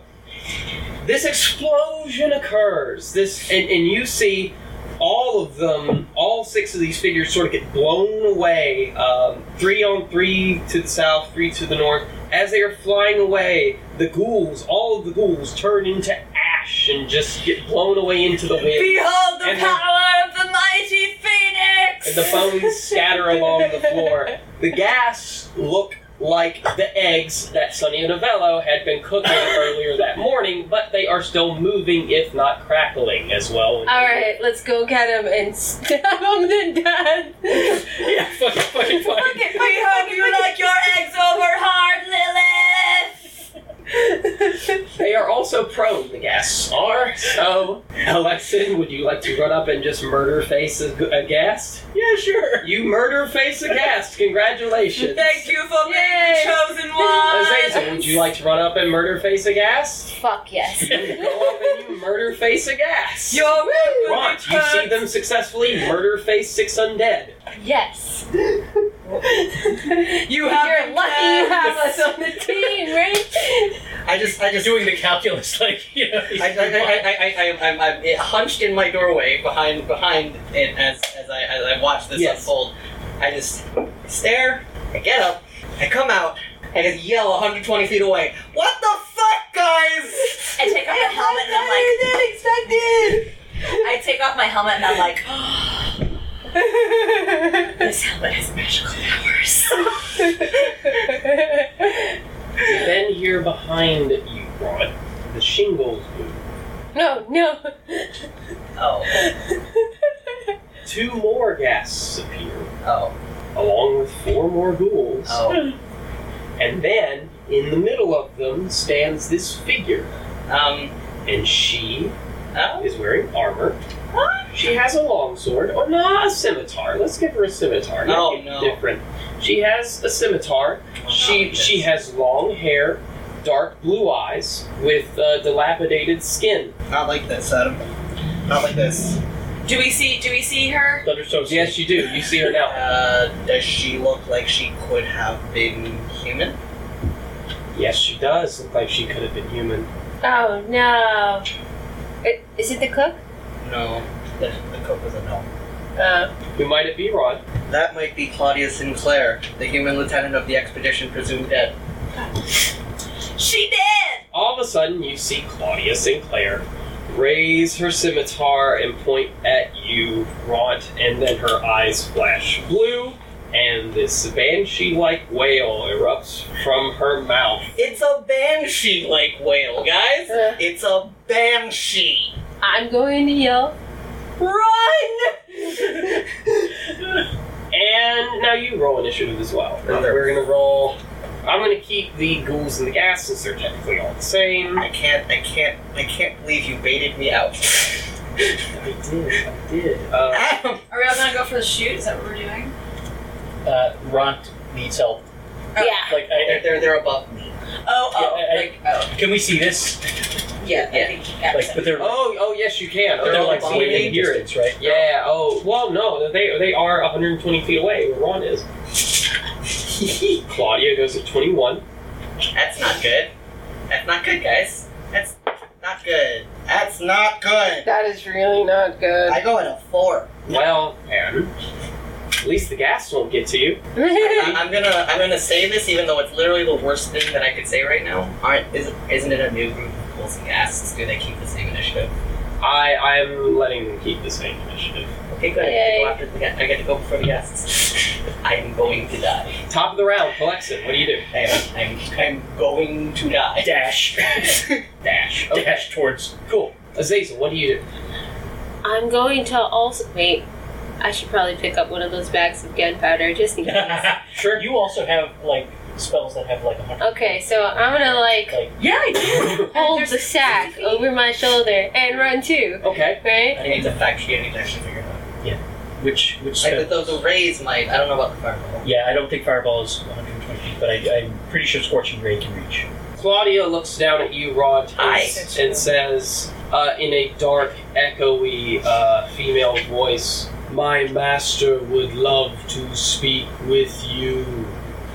this explosion occurs. This and, and you see all of them, all six of these figures, sort of get blown away. Um, three on three to the south, three to the north. As they are flying away, the ghouls, all of the ghouls, turn into ash and just get blown away into the wind.
Behold the
And then-
power of the mighty phoenix.
and the bones scatter along the floor. The gas look like the eggs that Sonny and Novello had been cooking earlier that morning, but they are still moving, if not crackling, as well.
Alright, let's go get him and stab him to death.
Yeah, fuck it, fuck it, fuck it.
We hope you like your eggs over hard, Lilith.
They are also prone, the gas are. So, Alexin, would you like to run up and just murder face a, a ghast?
Yeah, sure.
You murder face a ghast. Congratulations.
Thank you for being
Yay.
the chosen one.
Azazel, would you like to run up and murder face a ghast?
Fuck yes.
You go up and you murder face a ghast.
Your will will
Ront,
be
Uh,
you see
turned.
them successfully murder face six undead.
Yes.
You have
You're
been
lucky you
cursed.
have us on the team, right?
I just, I just
Doing the calculus, like, you know.
I, I, I, I, I, I'm, I'm hunched in my doorway behind behind it as, as, I, as I watch this
Yes.
unfold. I just stare, I get up, I come out, and I yell 120 feet away, What the fuck, guys?
I take off my helmet and I'm like, I take off my helmet and I'm like, this helmet has magical powers.
You then hear behind you, Ront, the shingles move.
no, no.
Oh.
Two more ghasts appear,
Oh.
along with four more ghouls.
Oh.
And then, in the middle of them, stands this figure.
Um,
And she
oh,
is wearing armor. She has a longsword, or no, a scimitar. Let's give her a scimitar.
Oh,
Make it
no. Oh,
Different. She has a scimitar. She she has long hair, dark blue eyes with uh, dilapidated skin.
Not like this, Adam. Not like this.
do we see? Do we see her?
Thunderstorm.
Yes, you do. You see her now.
Uh, does she look like she could have been human?
Yes, she does look like she could have been human.
Oh no. I- Is it the cook?
No. The, the cook was a no.
Uh,
Who might it be, Rod?
That might be Claudia Sinclair, the human lieutenant of the expedition presumed dead.
She did.
All of a sudden, you see Claudia Sinclair raise her scimitar and point at you, Ront, and then her eyes flash blue, and this banshee-like wail erupts from her mouth.
It's a banshee like whale, guys.
Uh.
It's a banshee.
I'm going to yell.
Run!
And now you roll initiative as well. And we're gonna roll. I'm gonna keep the ghouls and the gas since they're technically all the same. Uh,
I can't, I can't, I can't believe you baited me out.
I did, I did.
Ah!
Uh,
Adam.
Are we all gonna go for the shoot? Is that what we're doing?
Uh, Ront needs help.
Oh.
Yeah.
Like, I,
They're, they're, they're above me.
Oh, oh,
Yeah, I- I-
like, oh,
I, can we see this?
yeah, I think, yeah.
Like, but they're,
oh, oh yes, you can.
but they're like
Oh, you
within
can hear it.
distance, right?
Yeah. Oh, well, no, they they are 120 feet away where Ron is. Claudia goes at 21.
That's not good. That's not good, guys. That's not good. That's not good.
That is really not good.
I go at a four.
Well, and at least the gas won't get to you.
I, I'm gonna I'm gonna say this even though it's literally the worst thing that I could say right now. Aren't isn't, isn't it a new group of ghouls and asks? Do they keep the same initiative?
I I'm letting them keep the same initiative.
Okay, good. I get to go after the gu- I get to go before the guests. I'm going to die.
Top of the round, Collection. What do you do?
I am, I'm I'm going to die.
Dash.
Dash. Okay.
Dash towards.
Cool. Azazel, what do you do?
I'm going to also wait. I should probably pick up one of those bags of gunpowder just in case.
sure. You also have, like, spells that have, like, a hundred.
okay, so I'm gonna like
Like,
Yeah, I
hold the sack over my shoulder and run too.
Okay.
Right?
I need to fact sheet. I need to actually figure it out.
which, which
I,
spell?
but those arrays might. I don't know about the fireball.
Yeah, I don't think Fireball is 120 feet, but I, I'm pretty sure Scorching Ray can reach.
Claudia looks down at you, Rod,
Aye.
and, and says, uh, in a dark, echoey uh, female voice, "My master would love to speak with you,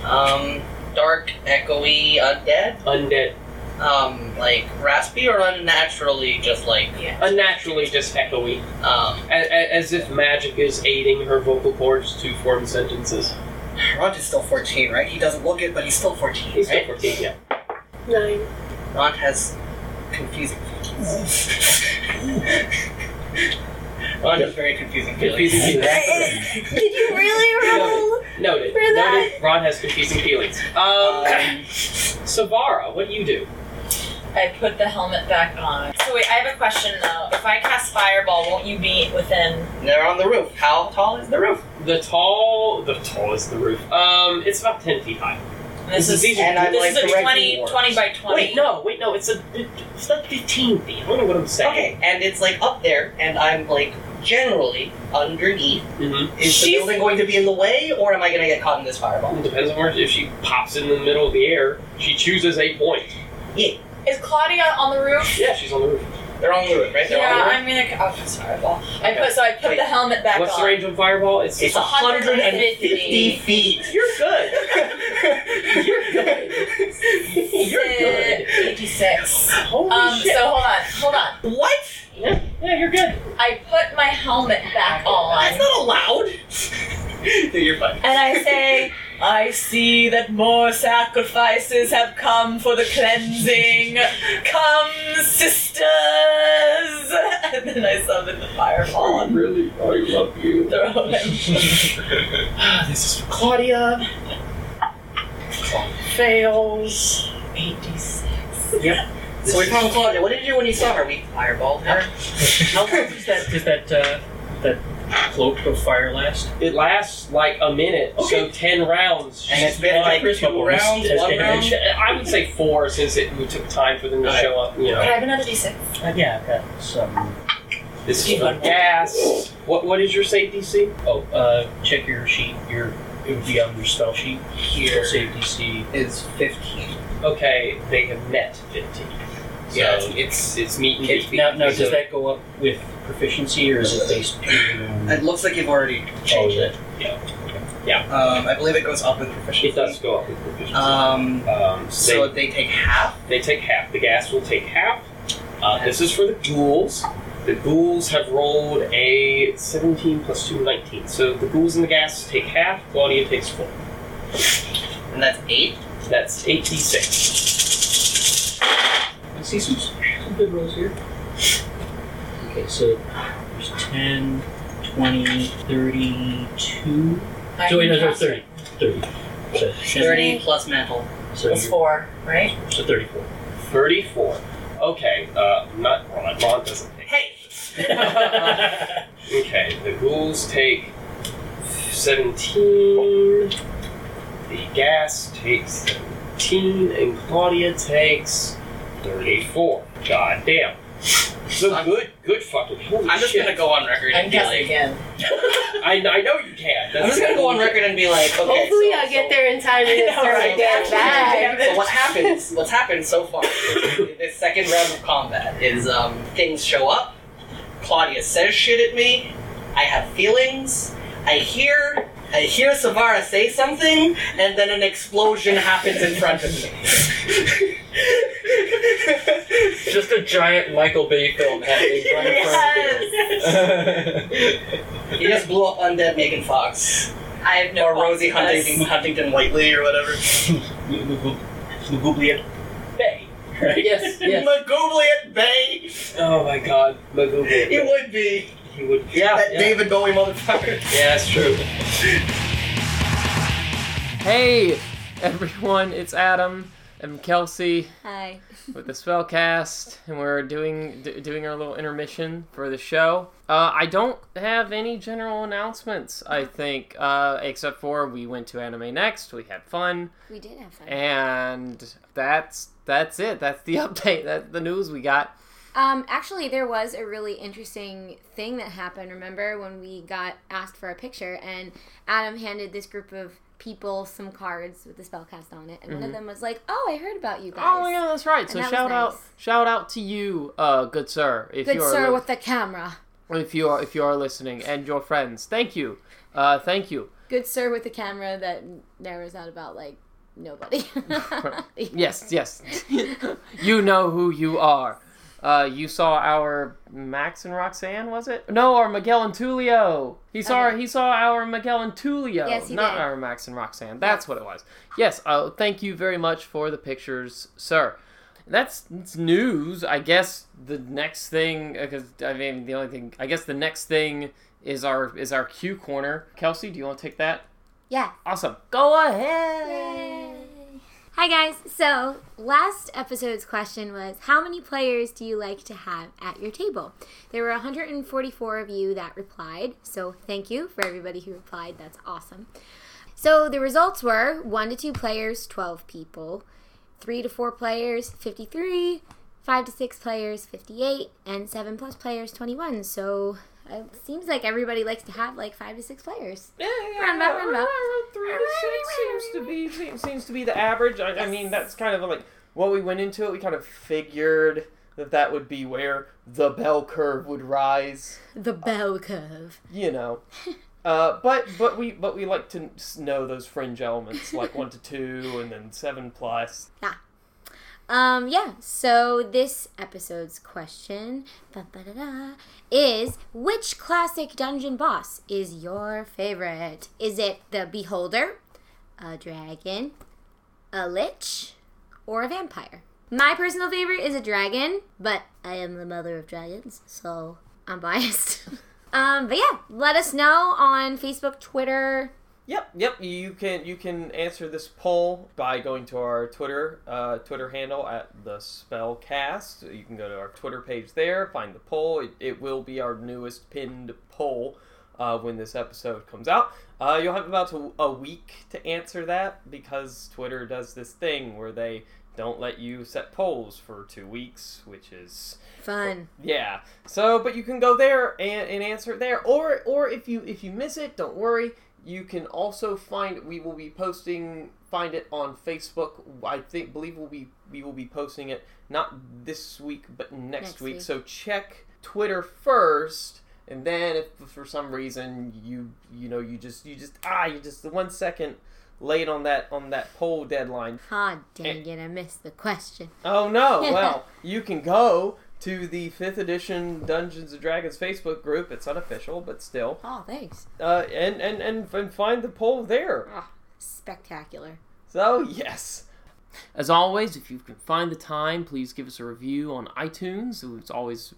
Um, dark, echoey, undead.
undead."
Um, like raspy or unnaturally, just like
Unnaturally, just echoey,
um.
a- a- as if magic is aiding her vocal cords to form sentences.
Ront is still 14, right? He doesn't look it, but he's still 14.
He's still
right?
14, yeah.
Nine.
Ront has confusing feelings. Ront has very confusing feelings.
Confusing feelings.
Did you really roll?
Noted.
For that.
Noted. Ron has confusing feelings. Um,
Um,
Savara, what do you do?
I put the helmet back on. So wait, I have a question though. If I cast fireball, won't you be within?
they're on the roof. How tall is the roof?
The tall, the tallest the roof. Um, it's about ten feet high.
This is
these are-
and I'm
this is
like
a
directly
20,
warped.
20 by twenty.
Wait, no, wait, no. It's a, it's not fifteen feet. I don't know what I'm saying.
Okay, and it's like up there, and I'm like generally underneath.
Mm-hmm.
Is the
She's-
building going to be in the way, or am I going to get caught in this fireball?
It depends on where. If she pops in the middle of the air, she chooses a point.
Is Claudia on the roof?
Yeah, she's on the roof.
They're on the roof, right? They're on the
Yeah,
roof.
I'm gonna. Oh, it's fireball. I
Okay.
put so I put
Wait.
the helmet back
What's
on.
the range of fireball? It's.
It's 150 feet.
You're good. You're good. You're good.
Eighty-six.
Holy
Um.
shit.
So hold on, hold on.
What?
yeah, yeah, you're good.
I put my helmet back on.
That's not allowed. no, you're fine.
And I say, I see that more sacrifices have come for the cleansing. Come, sisters! And then I summon the fireball and
really, I love you.
throw him.
this is for Claudia. Claudia fails.
86.
So we found Claudia. What did you do when you saw her? We fireballed her.
How long does that, does that, uh, that cloak of fire last?
It lasts like a minute, so
Okay.
ten rounds.
And it's been
Why?
like
Charisma
two
bonus.
rounds,
Has
one
damage.
round.
I would say four since it we took time for them to
Alright.
show up. You
Can I
know,
have another D6?
Uh, yeah, I've got some.
this is for gas. What what is your safety C?
Oh, uh, check your sheet. Your it would be on your spell sheet.
Here
Save DC.
is 15.
Okay, they have met fifteen. So
Yeah.
it's it's meet and
It,
beat.
now, now, does
So-
that go up with proficiency, or is it based purely on?
It looks like you've already changed
Oh,
it.
yeah.
Um, I believe it goes up with proficiency.
It does go up with proficiency.
Um,
um,
so
so
they take half.
they, they take half. The gas will take half. Uh, this is for the ghouls. The ghouls have rolled a 17 plus 2, 19. So the ghouls and the gas take half. Claudia takes four.
And that's eight.
That's 86.
I see some, some good rolls here. Okay, so there's 10, 20, 32 So wait, no, sorry,
Nineteen
30. 30. So,
Thirty plus mental.
so,
plus
you're-
four, right?
so 34.
34. Okay, uh, not Ron. Ron doesn't take.
Hey.
Okay, the ghouls take 17. The gas takes 17, and Claudia takes 34. God damn. So
I'm-
good, good fucking. Holy
I'm just
shit.
gonna go on record
I'm
and be
guessing
like,
again.
I, I know you can. That's
I'm just gonna go on record and be like, okay.
Hopefully,
so,
I'll get
so-
there in time and it's
I know, right?
that bad.
Actually,
So what happens? What's happened so far in this second round of combat is um, things show up. Claudia says shit at me. I have feelings. I hear. I hear Savara say something, and then an explosion happens in front of me.
Just a giant Michael Bay film happening right in front of you.
he just blew up undead Megan Fox
I have no
or
fault
Rosie
in this.
Huntington, Huntington Whiteley or whatever.
Magubliet.
Bay.
Yes, yes.
Magubliet Bay.
Oh my god,
He
Magoo.
would be
He would.
Yeah,
that David Bowie motherfucker.
Yeah, that's true.
Hey, everyone, it's Adam. I'm Kelsey
Hi.
with the Spellcast, and we're doing d- doing our little intermission for the show. Uh, I don't have any general announcements, I think, uh, except for we went to Anime Next, we had fun,
We did have fun.
and that's that's it. That's the update. That's the news we got.
Um, actually, there was a really interesting thing that happened. Remember when we got asked for a picture, and Adam handed this group of people some cards with the spell cast on it, and one of them was like, "Oh, I heard about you guys."
Mm-hmm. Oh yeah, that's right. So
that was
shout out
nice.
shout out to you, uh, good sir. If
Good
you are
sir
li-
with the camera.
if you are if you are listening and your friends, thank you, uh, thank you.
Good sir with the camera that narrows out about like nobody.
Yes, yes. you know who you are. Uh, you saw our Max and Roxanne, was it? No, our Miguel and Tulio. He saw
Okay.
he saw our Miguel and Tulio,
Yes, he
not
did.
our Max and Roxanne. That's what it was. Yes. Uh, thank you very much for the pictures, sir. That's, that's news. I guess the next thing, because I mean, the only thing, I guess the next thing is our is our Q corner. Kelsey, do you want to take that?
Yeah.
Awesome. Go ahead.
Hi guys. So, last episode's question was how many players do you like to have at your table? There were 144 of you that replied. So, thank you for everybody who replied. That's awesome. So, the results were 1 to 2 players, 12 people, 3 to 4 players, 53, 5 to 6 players, 58, and 7 plus players, 21. So, it seems like everybody likes to have like 5 to 6 players. Round about, round about.
Three to six seems to be seems- seems to be the average. I, I mean, that's kind of like what we went into it. We kind of figured that that would be where the bell curve would rise.
The bell curve.
You know. Uh, but but we but we like to s- know those fringe elements like one to two and then seven plus.
Um, yeah, so this episode's question ba, ba, da, da, is which classic dungeon boss is your favorite? Is it the Beholder, a dragon, a lich, or a vampire? My personal favorite is a dragon, but I am the mother of dragons, so I'm biased. um, but yeah, let us know on Facebook, Twitter,
Yep, yep. You can you can answer this poll by going to our Twitter uh, Twitter handle at the Spellcast. You can go to our Twitter page there, find the poll. It, it will be our newest pinned poll uh, when this episode comes out. Uh, you'll have about a, a week to answer that because Twitter does this thing where they don't let you set polls for two weeks, which is
fun.
yeah. So, but you can go there and, and answer it there, or or if you if you miss it, don't worry. You can also find we will be posting find it on Facebook. I think believe we'll be we will be posting it not this week but next,
Next
week.
week.
So check Twitter first, and then if for some reason you you know you just you just ah you just the one second late on that on that poll deadline,
Ah, dang it, I missed the question.
Eh. Oh no! Well, you can go to the fifth edition Dungeons and Dragons Facebook group. It's unofficial, but still,
Oh, thanks. Ah,
uh, and, and and and find the poll there.
Spectacular.
So yes,
As always, if you can find the time, please give us a review on iTunes. It's always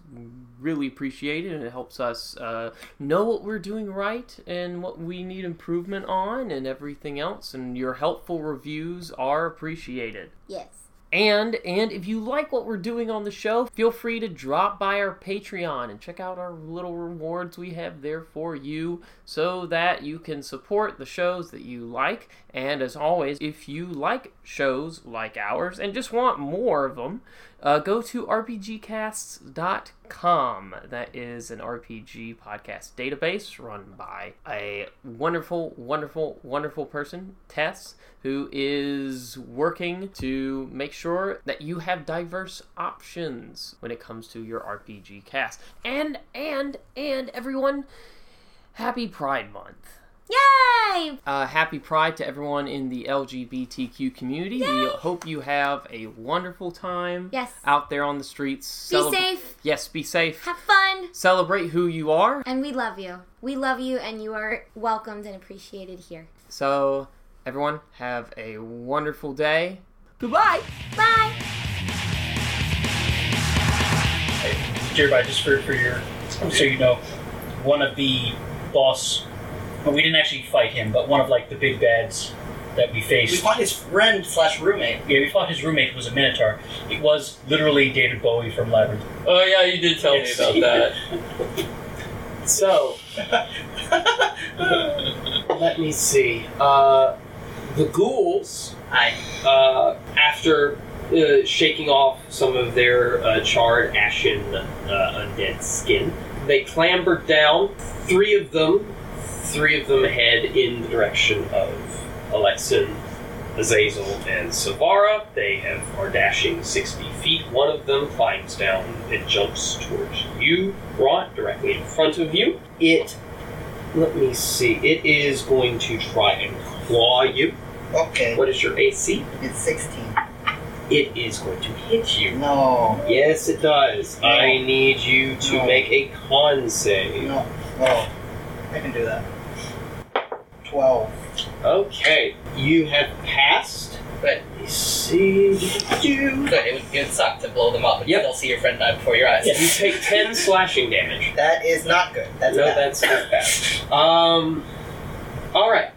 really appreciated and it helps us uh, know what we're doing right and what we need improvement on and everything else. And your helpful reviews are appreciated.
Yes.
And and if you like what we're doing on the show, feel free to drop by our Patreon and check out our little rewards we have there for you so that you can support the shows that you like. And as always, if you like shows like ours and just want more of them, uh, go to rpgcasts.com. That is an RPG podcast database run by a wonderful, wonderful, wonderful person, Tess, who is working to make sure that you have diverse options when it comes to your RPG cast. And, and, and everyone, happy Pride Month.
Yay!
Uh, happy Pride to everyone in the LGBTQ community. We hope you have a wonderful time.
Yes.
Out there on the streets.
Be
Celeb-
safe.
Yes, be safe.
Have fun.
Celebrate who you are.
And we love you. We love you, and you are welcomed and appreciated here.
So, everyone, have a wonderful day.
Goodbye. Bye.
Jeremiah, just for, for your, so you know, one of the boss, well, we didn't actually fight him, but one of like the big bads that we faced.
We fought his friend slash roommate.
Yeah, we fought his roommate who was a Minotaur. It was literally David Bowie from Labyrinth.
Oh yeah, you did tell me about that. So, let me see. Uh, the ghouls, uh, after uh, shaking off some of their uh, charred, ashen, uh, undead skin, they clambered down. Three of them, three of them head in the direction of Alexin, Azazel, and Savara. They have are dashing sixty feet. One of them climbs down and jumps towards you, Rot, directly in front of you. It let me see. It is going to try and claw you.
Okay.
What is your AC?
It's 16.
It is going to hit you.
No.
Yes, it does. I need you to
No.
make a con save.
No. No. I can do that. 12.
Okay. You have passed.
But
you see.
Good. It would, it would suck to blow them up and
Yep.
still see your friend die before your eyes.
Yes, you take 10 slashing damage.
That is not good. That's
no,
bad.
that's not bad. Um, all right,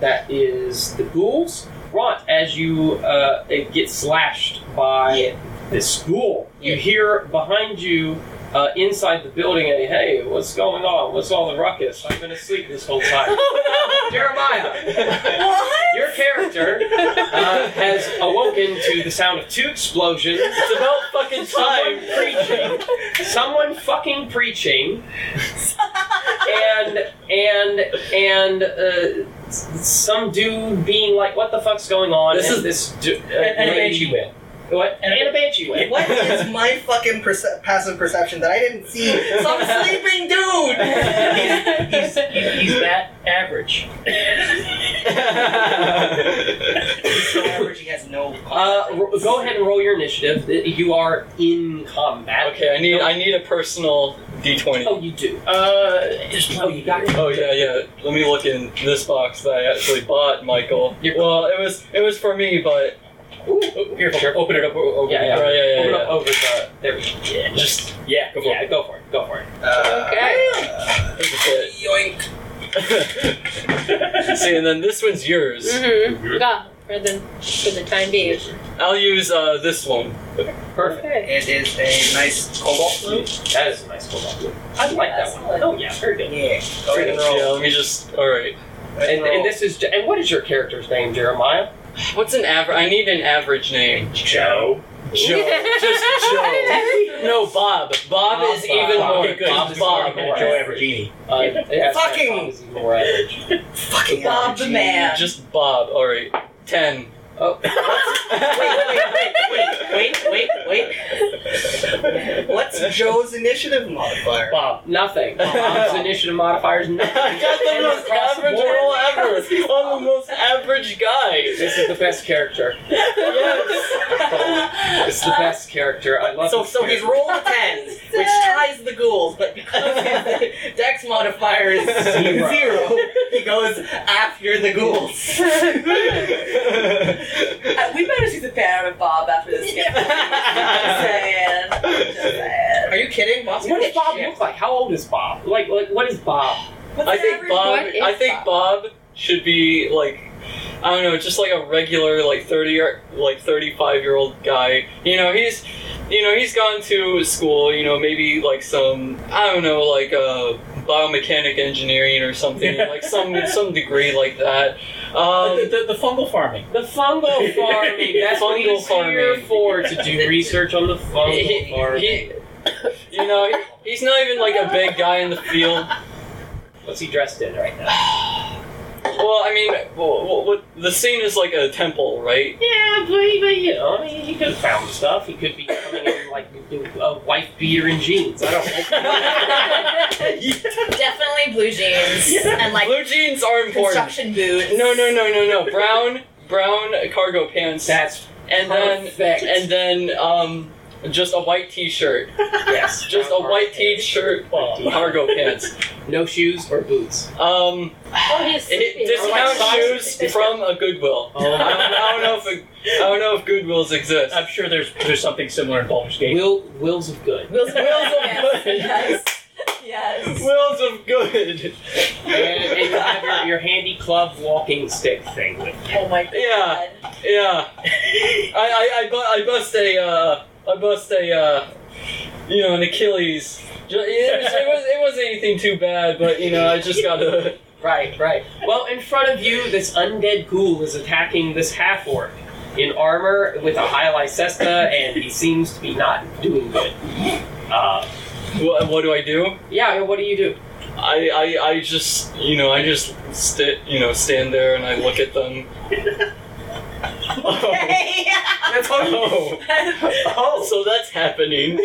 that is the ghouls. Rot, as you uh, get slashed by this ghoul, you hear behind you, uh, inside the building, a hey, what's going on? What's all the ruckus? I've been asleep this whole time. Jeremiah, your character uh, has awoken to the sound of two explosions. It's about fucking time. Someone preaching. Someone fucking preaching and and and uh, s- some dude being like, "What the fuck's going on?"
This
and this
is-
du- uh,
And- and a
lady-
banshee wail.
What? And, a banshee wail.
What is my fucking perce- passive perception that I didn't see some sleeping dude?
He's, he's that average.
so average he has no.
Uh, ro- go ahead and roll your initiative. Th- You are in combat.
Okay, I need I need a personal d20.
Oh, you do. Uh, oh, you got it.
Oh yeah, yeah. Let me look in this box that I actually bought, Michael. Well, it was it was for me, but
Here,
open it up. o- Open
Yeah, yeah.
Right, yeah, yeah,
Open
yeah.
up over the. There we go. Yeah,
Just
yeah,
go for
yeah. Go for it. Go for it.
Uh,
okay.
Yoink.
See, and then this one's yours.
Mm-hmm. Go for the for the time being.
I'll use uh, this one.
Perfect.
Okay.
It is a nice cobalt blue.
That is a nice cobalt blue. I like that one. Oh yeah, very good.
Yeah.
Go ahead and roll.
Yeah, let me just. All right.
And, and this is and what is your character's name, Jeremiah?
What's an average? I need an average name.
Joe.
Joe. Just Joe. No, Bob. Bob
Bob,
is
Bob,
even
Bob.
more.
Okay, good.
Bob.
Just
Bob.
Joe Avergini. Uh, yeah,
Fucking-
Bob is even more average.
Fucking Bob the man.
Just Bob. All right. Ten.
Oh,
wait, wait, wait, wait, wait, wait. What's Joe's initiative modifier?
Bob, nothing. Bob's initiative modifiers,
I
nothing.
got the
And
most
across the
average
board.
roll ever. I'm the most average guy.
This is the best character. This is the best character. I love
Uh, So,
this
so he's
character.
rolled a 10, which ties the ghouls, but because his dex modifier is
Zero.
zero, he goes after the ghouls.
Uh, we better see the fan out of Bob after this game. Just saying. Just saying.
Are you kidding? Bob's
What does
gonna
Bob look like? How old is Bob? Like, like what is Bob?
What's
I
the
think
average-
Bob.
what is
I think Bob should be like, I don't know, just like a regular like thirty or like thirty-five year old guy. You know, he's, you know, he's gone to school. You know, maybe like some I don't know, like uh, biomechanic engineering or something, like some some degree like that.
Oh,
Um,
the, the, the fungal farming.
The fungal farming. That's what
Fungal
he's here
farming.
for to do research on the fungal
he,
farming.
he, you know, he, he's not even like a big guy in the field.
What's he dressed in right now?
Well, I mean, well, well, what, the scene is like a temple, right?
Yeah, but, but you know, I mean, he could have found stuff. He could be coming in like a wife beater and jeans. I don't know.
Definitely blue jeans and like
Blue jeans are important.
construction boots.
No, no, no, no, no. Brown, brown cargo pants,
That's
and then
perfect.
and then um, just a white T-shirt,
yes,
just a white T-shirt, cargo pants.
No shoes or boots.
Um,
Oh, he's
it,
sleeping.
discount
Or like
shoes from a Goodwill.
Oh.
I, don't, I don't know if a, I don't know if Goodwills exist.
I'm sure there's there's something similar in Baldur's Gate.
Will, wills of good.
Wills
Wills of
yes. yes.
Wills of good.
And, and you have your, your handy club walking stick thing with you.
Oh my god.
Yeah. Yeah, I I I, bu- I bust a uh, I bust a uh, you know an Achilles. Ju- It was, it was it wasn't anything too bad, but you know I just got a
Right, right. Well, in front of you, this undead ghoul is attacking this half orc in armor with a high Lycesta, and he seems to be not doing good. Uh,
what, what do I do?
yeah, what do you do?
I, I I just you know I just st- you know stand there and I look at them. Oh,
That's all you
oh, oh, so that's happening.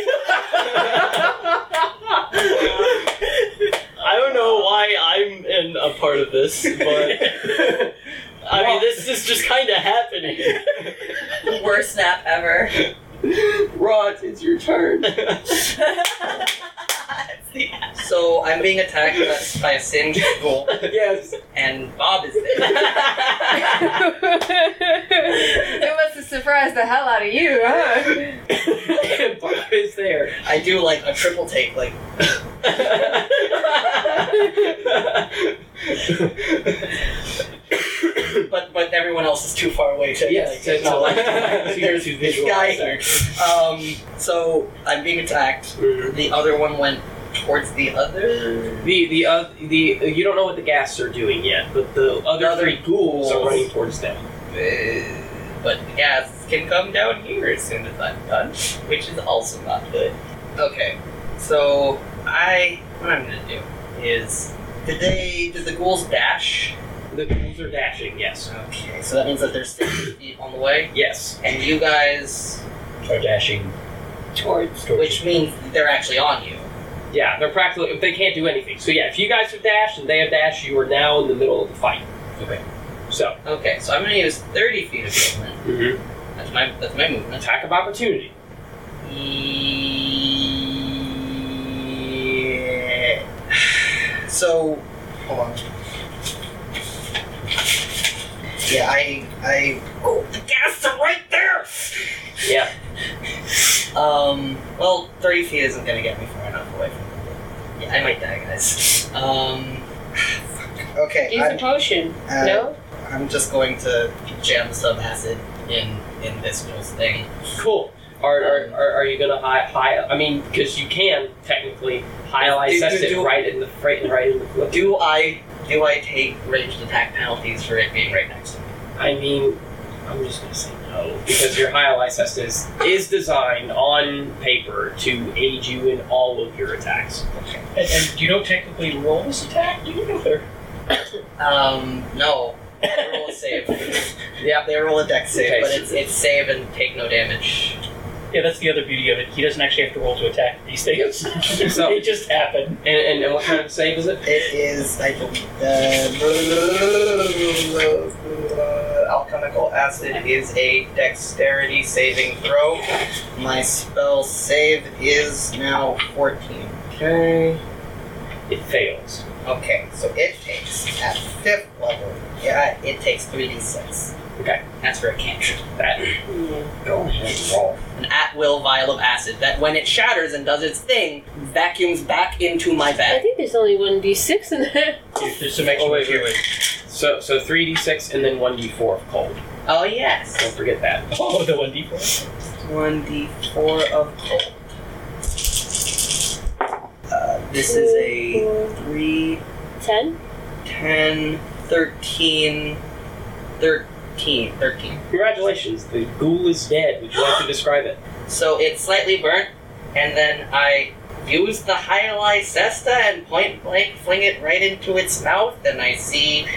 I don't know why I'm in a part of this, but I mean, this is just kind of happening.
The worst snap ever.
Rod, it's your turn.
So I'm being attacked by- by a singed ghoul,
Yes.
and Bob is there.
it must have surprised the hell out of you, huh?
Bob is there.
I do like a triple take, like but but everyone else is too far away to
Yes,
like,
to- to
acknowledge.
like- to- to
This
visualize
guy
that.
here. Um, so I'm being attacked. The other one went towards the other.
The the uh, the you don't know what the gas are doing yet, but the other
Another
three ghouls are
ghouls.
running towards them.
Uh, But the gas can come down here as soon as I'm done, which is also not good. Okay, so I what I'm gonna do is did they did the ghouls dash?
The ghouls are dashing. Yes.
Okay, so that means that they're sixty feet on the way,
Yes.
and you guys
Are dashing
towards,
towards
which means they're actually on you.
Yeah. They're practically they can't do anything. So yeah, if you guys have dashed and they have dashed, you are now in the middle of the fight.
Okay.
So
Okay, so I'm gonna use 30 feet of movement. That's my that's my movement.
attack of opportunity.
Yeah. So, hold on. Yeah, I I oh the gas are right there.
Yeah.
Um, well, 30 feet isn't gonna get me far enough away from them. Yeah, I might die, guys. Um, fuck. okay.
Use
I'm-
a potion.
uh,
no?
I'm just going to jam some acid in in this ghoul's thing.
Cool. Are, are, are, are you gonna high high? I mean, because you can technically high
Do- do-
assess it
do-
right in the right, right in the clip.
Do I do I take ranged attack penalties for it being right next to me?
I mean, I'm just gonna say no because your high assess is is designed on paper to aid you in all of your attacks.
And, and you don't technically roll this attack, do you? Or-
Um, no. They roll a save. yeah, they roll a deck save,
Okay,
but
so-
it's it's save and take no damage.
Yeah, that's the other beauty of it. He doesn't actually have to roll to attack these things.
So-
they just happen.
And, and, and what kind of save is it?
It is I believe uh, alchemical acid is a dexterity saving throw. My spell save is now fourteen.
Okay. It fails.
Okay, so it takes at fifth level. Yeah, it takes three d six.
Okay.
That's for a cantrip.
That go ahead and roll.
An at will vial of acid that, when it shatters and does its thing, vacuums back into my
I
bag.
think there's only one d6 in there.
Just to make
Oh wait, wait, wait. So so three d six and then one d four of cold.
Oh yes.
Don't forget that.
Oh, the one d four.
One d four of cold. Uh, this is a three,
Ten?
10, 13, 13, 13.
Congratulations, the ghoul is dead. Would you like to describe it?
So it's slightly burnt, and then I use the Hyali Cesta and point blank fling it right into its mouth, and I see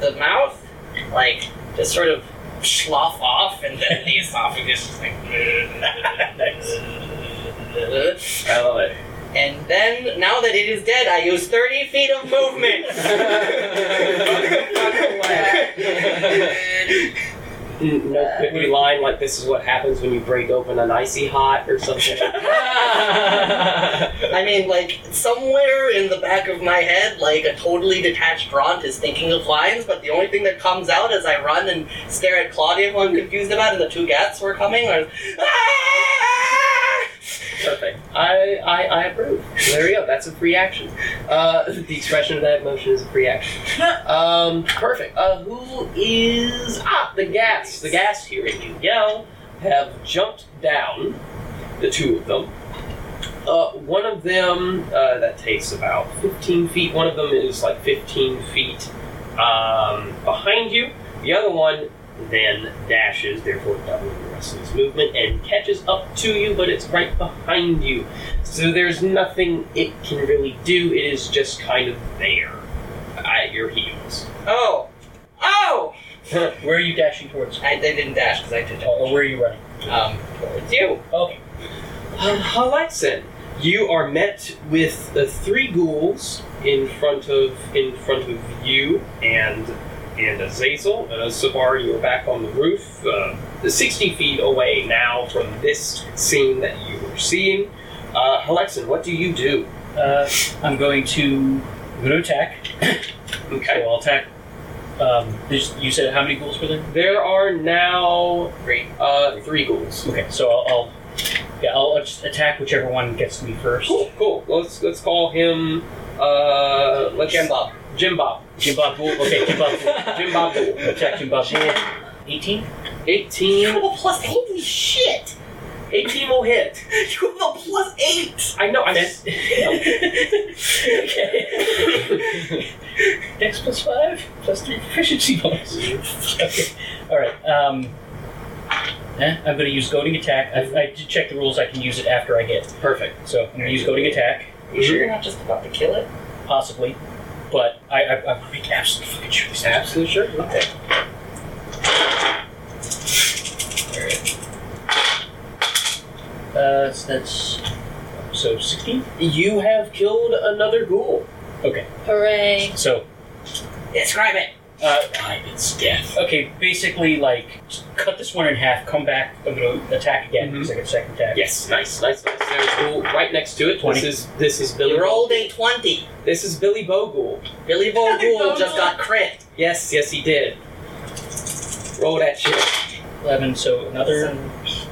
the mouth, like, just sort of slough off, and then the esophagus is like.
I love it.
And then, now that it is dead, I use 30 feet of movement!
N- No pithy line like this is what happens when you break open an icy hot or something.
I mean, like, somewhere in the back of my head, like, a totally detached Ront is thinking of lines, but the only thing that comes out as I run and stare at Claudia, who I'm confused about, and the two gats who are coming, are, "Ah!"
Perfect. I, I, I approve. There we go. That's a free action. Uh, the expression of that emotion is a free action. Um, perfect. Uh, who is ah the gas? The gas hearing you yell have jumped down. The two of them. Uh, one of them uh, that takes about fifteen feet. One of them is like fifteen feet um, behind you. The other one then dashes, therefore doubling the rest of his movement, and catches up to you, but it's right behind you. So there's nothing it can really do. It is just kind of there at your heels.
oh, oh!
Where are you dashing towards?
I, they didn't dash because I did
Oh, or where are you running?
um, towards you.
Okay.
Um, Halexin, you are met with the three ghouls in front of in front of you and and Azazel. Uh, Sabar, you are back on the roof, uh, 60 feet away now from this scene that you were seeing. Uh, Halexin, what do you do?
Uh, I'm going to I'm going to attack.
Okay.
So I'll attack. Um, there's- you said how many ghouls were there?
There are now
Great.
uh, three ghouls.
Okay, so I'll, I'll yeah I'll just attack whichever one gets to me first.
Cool, cool. Let's let's call him uh, let's
Jim Bob.
Jim Bob.
Jim Bob Ghoul. Okay, Jim Bob Ghoul.
Jim Bob Ghoul.
Attack Jim Bob Ghoul. 18?
You
18,
have a plus, holy shit!
18 will hit.
You have a plus eight!
I know. I
That's- okay. Dex plus 5, plus 3 proficiency bonus. Okay. Alright, um. eh, I'm going to use goading attack. I, I did check the rules, I can use it after I hit.
perfect.
So I'm going to use goading attack,
You sure you're not just about to kill it?
possibly. But I, I, I'm going to be absolutely fucking sure this happens.
Absolutely sure.
Uh, so that's. So 16?
You have killed another ghoul.
Hooray.
So
Describe it!
Uh, it's death. Okay, basically, like, just cut this one in half, come back, I'm gonna attack again,
Mhm.
because I got a second attack.
Yes, nice, nice, nice. There's a ghoul right next to it.
Twenty.
This is this is Billy.
You rolled a 20.
This is Billy Bogle.
Billy Bo Ghoul just got crit.
Yes, yes, he did. Roll that shit.
11, so another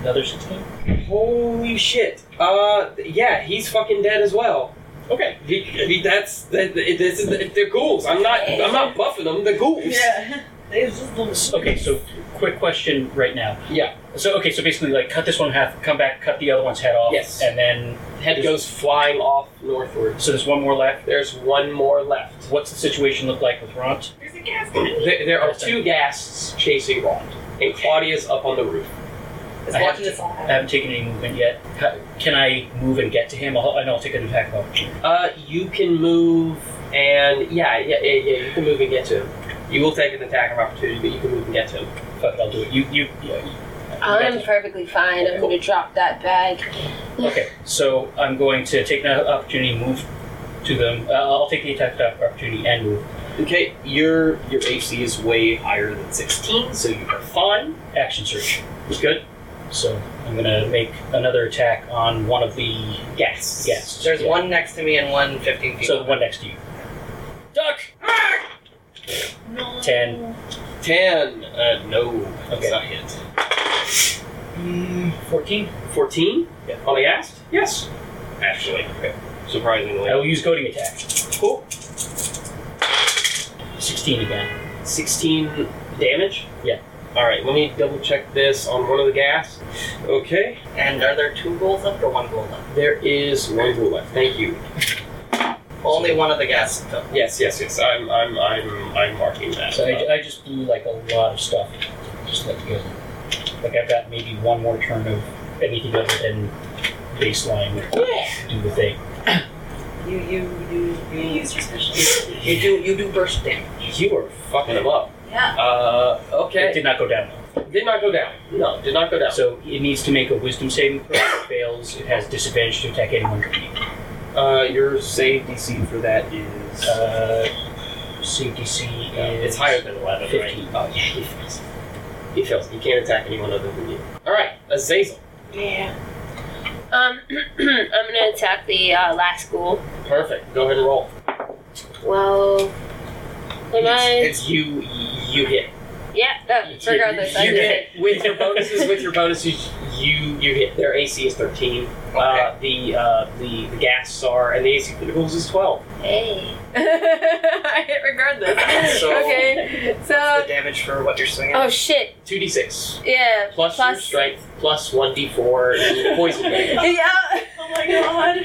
another 16?
Holy shit. Uh, yeah, he's fucking dead as well.
Okay.
He, he, that's that. This is they're ghouls. I'm not. I'm not buffing them. They're ghouls.
Yeah.
Okay, so quick question right now.
Yeah.
So, okay, so basically, like, cut this one in half, come back, cut the other one's head off,
Yes.
and then,
Head goes flying off northwards.
so there's one more left.
There's one more left.
What's the situation look like with Ront?
There's a gas
There, there are two ghasts chasing Rond, and Claudia's up on the roof.
It's
I have
watching this all
I
happen.
haven't taken any movement yet. Ca- Can I move and get to him? I'll, I know I'll take an attack of opportunity.
Uh, you can move, and yeah, yeah, yeah, yeah, you can move and get to him. You will take an attack of opportunity, but you can move and get to him.
Fuck it, I'll do it. You, you, yeah, you-
I'm perfectly fine. I'm gonna drop that bag.
Okay, so I'm going to take that opportunity, move to them. Uh, I'll take the attack opportunity and move.
Okay, your your AC is way higher than sixteen, so you are fine.
Action search.
Good.
So I'm gonna make another attack on one of the
Yes.
Yes.
There's one next to me and one 15 feet.
so the one next to you. Duck. Ten.
Ten. Uh, no.
Okay.
That's not hit.
Fourteen.
14
Yeah.
on the ast? Yes.
Actually.
Okay.
Surprisingly.
I will use goading attack.
Cool.
Sixteen again.
16 damage?
Yeah.
Alright, let me double check this on one of the gas. Okay.
And are there two goals left or one goal left?
There is one rule left. Thank you.
Only one of the gas. though.
Yes, yes, yes. I'm I'm I'm I'm marking that.
So I, I just blew like a lot of stuff. Just let go. Like I've got maybe one more turn of anything other than baseline. Do the thing.
You you you you
use your special.
you do you do burst damage.
you are fucking them up.
Yeah.
Uh
It
okay.
did not go down.
Did, not go down. No, did not go down.
So it needs to make a wisdom saving throw. If it fails, it has disadvantage to attack anyone competing.
uh your save DC for that is
Uh, CDC is
it's higher than eleven,
15.
right? Oh yeah, he fails. He fails. He can't attack anyone other than you. Alright, Azazel.
Yeah.
Um, I'm gonna attack the uh, last ghoul.
Perfect. Go ahead and roll.
Well, when I
It's, it's you you hit.
yeah, no,
You-
regardless,
you,
I did.
hit. with your bonuses. with your bonuses, you you hit. Their AC is thirteen. Uh, the uh, the the gas are and the AC criticals is twelve.
Hey,
I hit regardless.
So-
okay. So
The damage for what you're swinging.
oh shit,
Two d six
yeah,
plus your strength plus one d four poison damage.
yeah. Oh my god.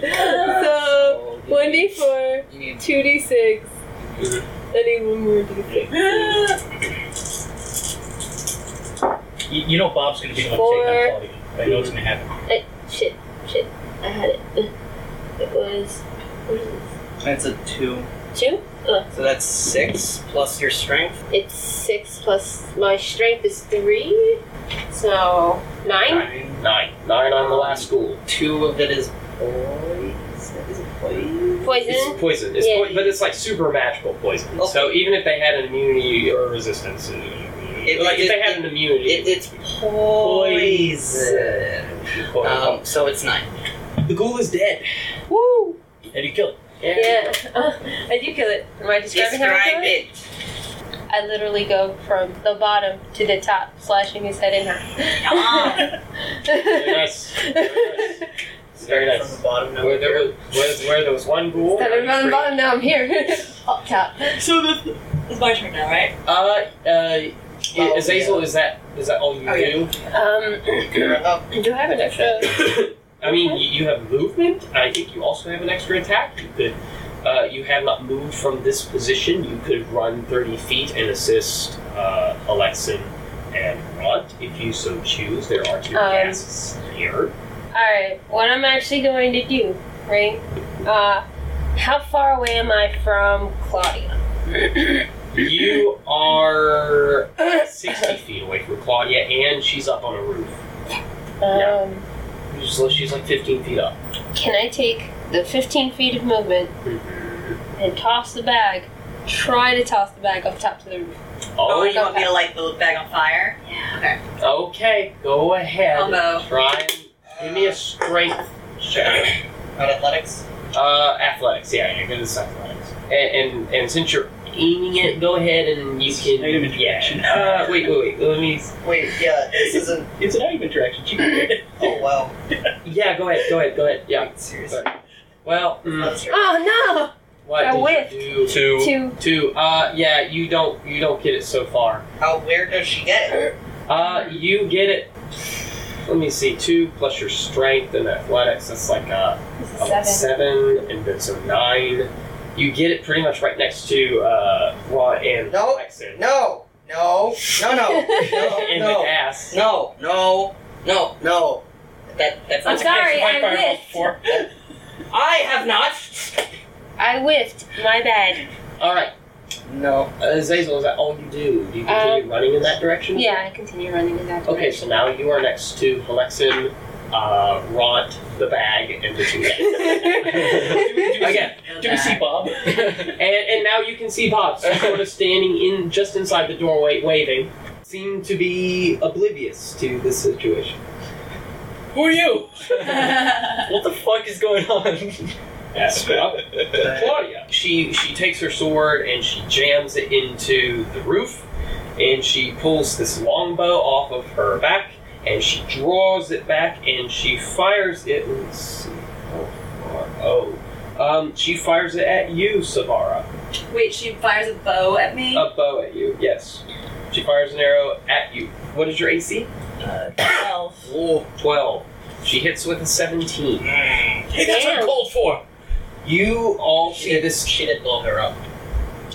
so one d four,
You need
two d six.
Mhm.
I need one more d six.
You, you know Bob's going to be the one to take on Claudia. I know it's going to happen.
shit, shit, I had it. It was what is this?
That's a two.
Two? Ugh.
So that's six plus your strength.
It's six plus my strength is three, so nine.
Nine.
Nine nine on the last school.
Two of it is poison. Is it poison?
Poison.
It's poison. It's
Yeah.
po- but it's like super magical poison.
Okay.
So even if they had an immunity or resistance, uh, like
it-
if they had
it-
an immunity,
It, it's poison.
quote,
Um, so it's nine.
the ghoul is dead.
Woo!
And you kill it.
Yeah, uh, I do kill it. Am I describing how I kill
Describe
it?
it.
I literally go from the bottom to the top, slashing his head in half.
Very nice. Very nice. Very nice.
From the bottom
Where there was where, where there was one ghoul.
Instead of on the bottom, now I'm here. Up top.
So the
It's my turn now, right?
Uh, uh,
Oh,
Azazel,
yeah.
is that is that all you
Oh, yeah.
do?
Um, do I have an extra?
I mean, you, you have movement. I think you also have an extra attack. You could, uh, you have not moved from this position. You could run thirty feet and assist uh, Alexin and Runt if you so choose. There are two
Um,
guests here.
Alright, what I'm actually going to do, right? Uh, how far away am I from Claudia?
You are sixty feet away from Claudia, and she's up on a roof. Yeah.
Um,
So she's like fifteen feet up.
can I take the 15 feet of movement and toss the bag? Try to toss the bag up top to the roof.
Oh,
Oh,
you want me to light the bag on fire?
okay. Go ahead.
Elbow.
Try and give me a strength check.
Not athletics.
Uh, athletics. Yeah, you're good at athletics. And, and and since you're aiming it, go ahead and you can.
Item interaction.
Yeah. Uh, wait, wait, wait. Let me.
Wait, yeah, this isn't.
It's an item interaction. She can get it.
Oh wow.
Yeah, go ahead. Go ahead. Go ahead. Yeah.
Wait, seriously.
Well, mm,
That's right.
Oh
what
I
did
whiffed.
you do?
no!
Two.
Two.
Two. Uh, yeah. You don't. You don't get it so far.
How? Where does she get it?
Uh, you get it. Let me see. Two plus your strength and athletics. That's like uh.
This is
seven.
seven.
seven, and then so nine. You get it pretty much right next to uh, Ron and
No.
Lexan.
No, no, no, no, no,
In the
no,
gas.
no, no, no, no. That that's
I'm
not
sorry, I whiffed.
Four.
I have not.
I whiffed. My bad.
All right,
No.
uh, Zazel, is that all you do? Do you continue running in that direction?
Yeah, I continue running in that
Okay,
direction.
so now you are next to Lexan, uh, Ront, the bag, and the two guys. Again,
Do we see Bob?
and, and now you can see Bob so sort of standing in just inside the doorway, waving. seem to be oblivious to this situation.
Who are you?
what the fuck is going on?
Claudia. She she takes her sword and she jams it into the roof, and she pulls this longbow off of her back, and she draws it back, and she fires it. Let's see. Oh, far- oh. Um, she fires it at you, Savara.
Wait, she fires a bow at me.
A bow at you. Yes. She fires an arrow at you. What is your AC?
Uh, Twelve.
Oh, 12. She hits with a 17.
Hey, that's what I'm called for.
You all
She,
see this.
she didn't blow her up.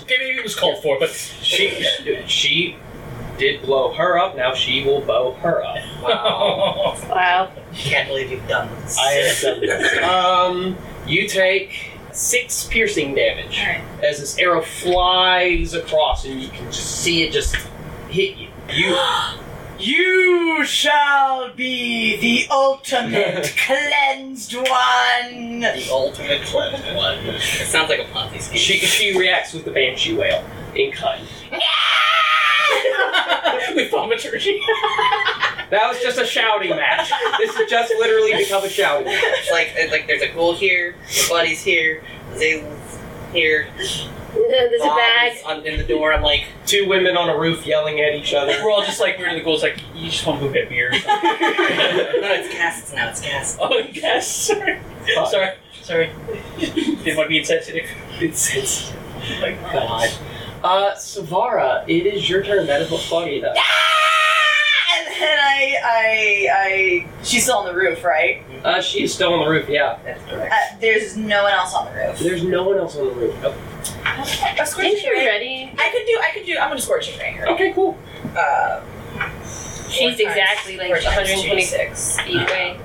Okay, maybe it was called for, but
She, she did blow her up, now she will bow her up.
Wow.
Wow.
Can't believe you've done this.
I have done this. Um, you take six piercing damage
Alright.
as this arrow flies across, and you can just see it just hit you. You
You shall be the ultimate cleansed one. The ultimate cleansed one. It sounds like a Ponzi scheme.
she she reacts with the banshee wail in kind.
with thaumaturgy.
That was just a shouting match. This has just literally become a shouting match.
It's like it's like there's a ghoul here, the buddy's here, Zayla's here.
There's a
Bob
bag.
is on- in the door. I'm like,
Two women on a roof yelling at each other.
We're all just like we're in the ghouls. Like you just want to go get beer.
no, it's Cass. Now it's Cass.
oh yes, sorry, sorry, sorry. Didn't want to be insensitive.
It's
Oh my
God. Uh, Savara, it is your turn. That is what Claudia does.
And then I, I, I. She's still on the roof, right?
Uh, she is still on the roof, yeah.
That's
Uh,
correct.
there's no one else on the roof.
There's no one else on the roof.
A
Think
scorching
you're
ray.
ready.
I could do. I could do. I'm gonna scorching ray her.
Okay, cool.
Uh, four
She's
times-
exactly like
four times
126
2d6.
feet away.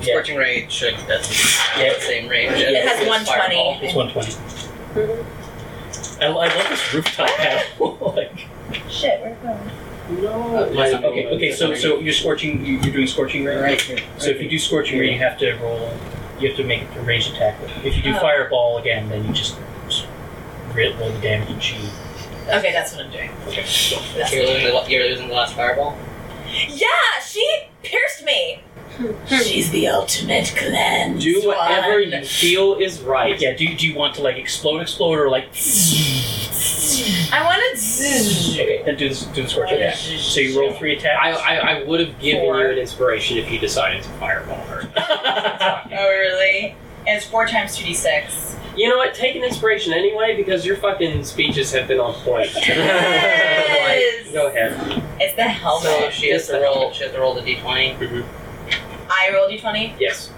Yeah.
Scorching rage should that's yeah. the same range.
It
as
has
this
120.
fireball.
It's one twenty. I, I love this rooftop panel. like,
Shit, where going?
No.
like, okay, okay. So, so you're scorching. You, you're doing scorching ray.
Right here.
So if you do scorching ray, you have to roll. You have to make a ranged attack. If you do
Oh.
fireball again, then you just just re- roll the damage and shoot.
Okay, that's what I'm doing.
Okay.
That's
You're
what I'm
losing, the, you're losing the last fireball.
doing. Yeah, she pierced me. She's the ultimate cleanse.
Do whatever
one.
you feel is right.
Yeah. Do, do you want to like explode, explode, or like?
I wanted. zzz.
Okay. Then do this. Do the scorching attack. So you roll three
I,
attacks.
I, I would have given you an inspiration if you decided to fireball her.
Oh really? And it's four times two d six.
You know what? Take an inspiration anyway because your fucking speeches have been on point.
Yes!
Go ahead.
It's the
So
helmet.
she has to roll. She has to roll the d20.
I rolled a twenty.
Yes.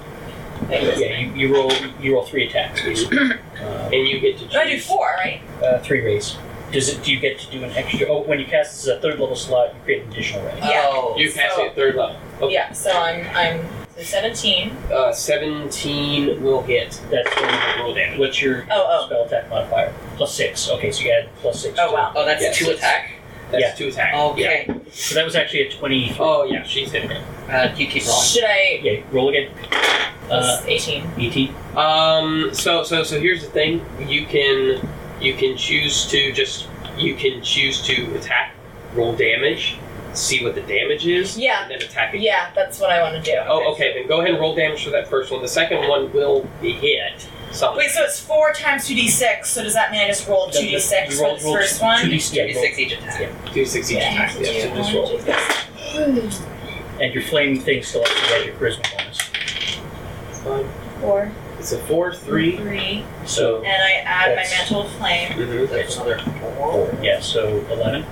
yeah. You, you roll. You roll three attacks. Basically. Uh,
And you get to choose.
Oh, I do four, right?
uh, three rays. Does it? Do you get to do an extra? Oh, when you cast this as a third level slot, you create an additional ray.
Yeah.
Oh,
You pass
So-
it at third level. Okay.
Yeah. So I'm I'm so seventeen.
Uh, 17 will hit.
That's when you roll damage. What's your
Oh, oh.
spell attack modifier? Plus six. Okay, so you add plus six.
Oh
to-
wow.
oh, that's
Yes.
two attack.
That's
Yeah.
two attacks.
Okay.
So that was actually a twenty.
Oh, yeah, she's hitting it.
Uh, you keep rolling.
Should I?
Yeah, roll again. Uh, E
It's Eighteen.
ET.
Um. So so so here's the thing. You can you can choose to just you can choose to attack, roll damage, see what the damage is,
Yeah.
and then attack again.
Yeah, that's what I want to do.
Oh, okay. Then go ahead and roll damage for that first one. The second one will be hit. Something.
Wait, so it's four times two d six. So does that mean I just rolled two d six
You
for
roll-
the
roll
first one?
2d6, yeah,
Thirty
roll.
six each attack.
Do six each attack. Yeah, so just roll.
and your flame thing still has to add your charisma bonus.
Fine.
Four,
It's a four, three.
three,
So
and I add
That's-
my mantle of flame.
Mm-hmm.
That's another four.
four. Yeah, so eleven.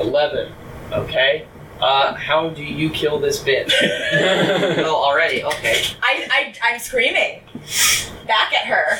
Eleven. Okay. Uh, how do you kill this bitch?
oh, already. Okay.
I, I, I'm screaming back at her.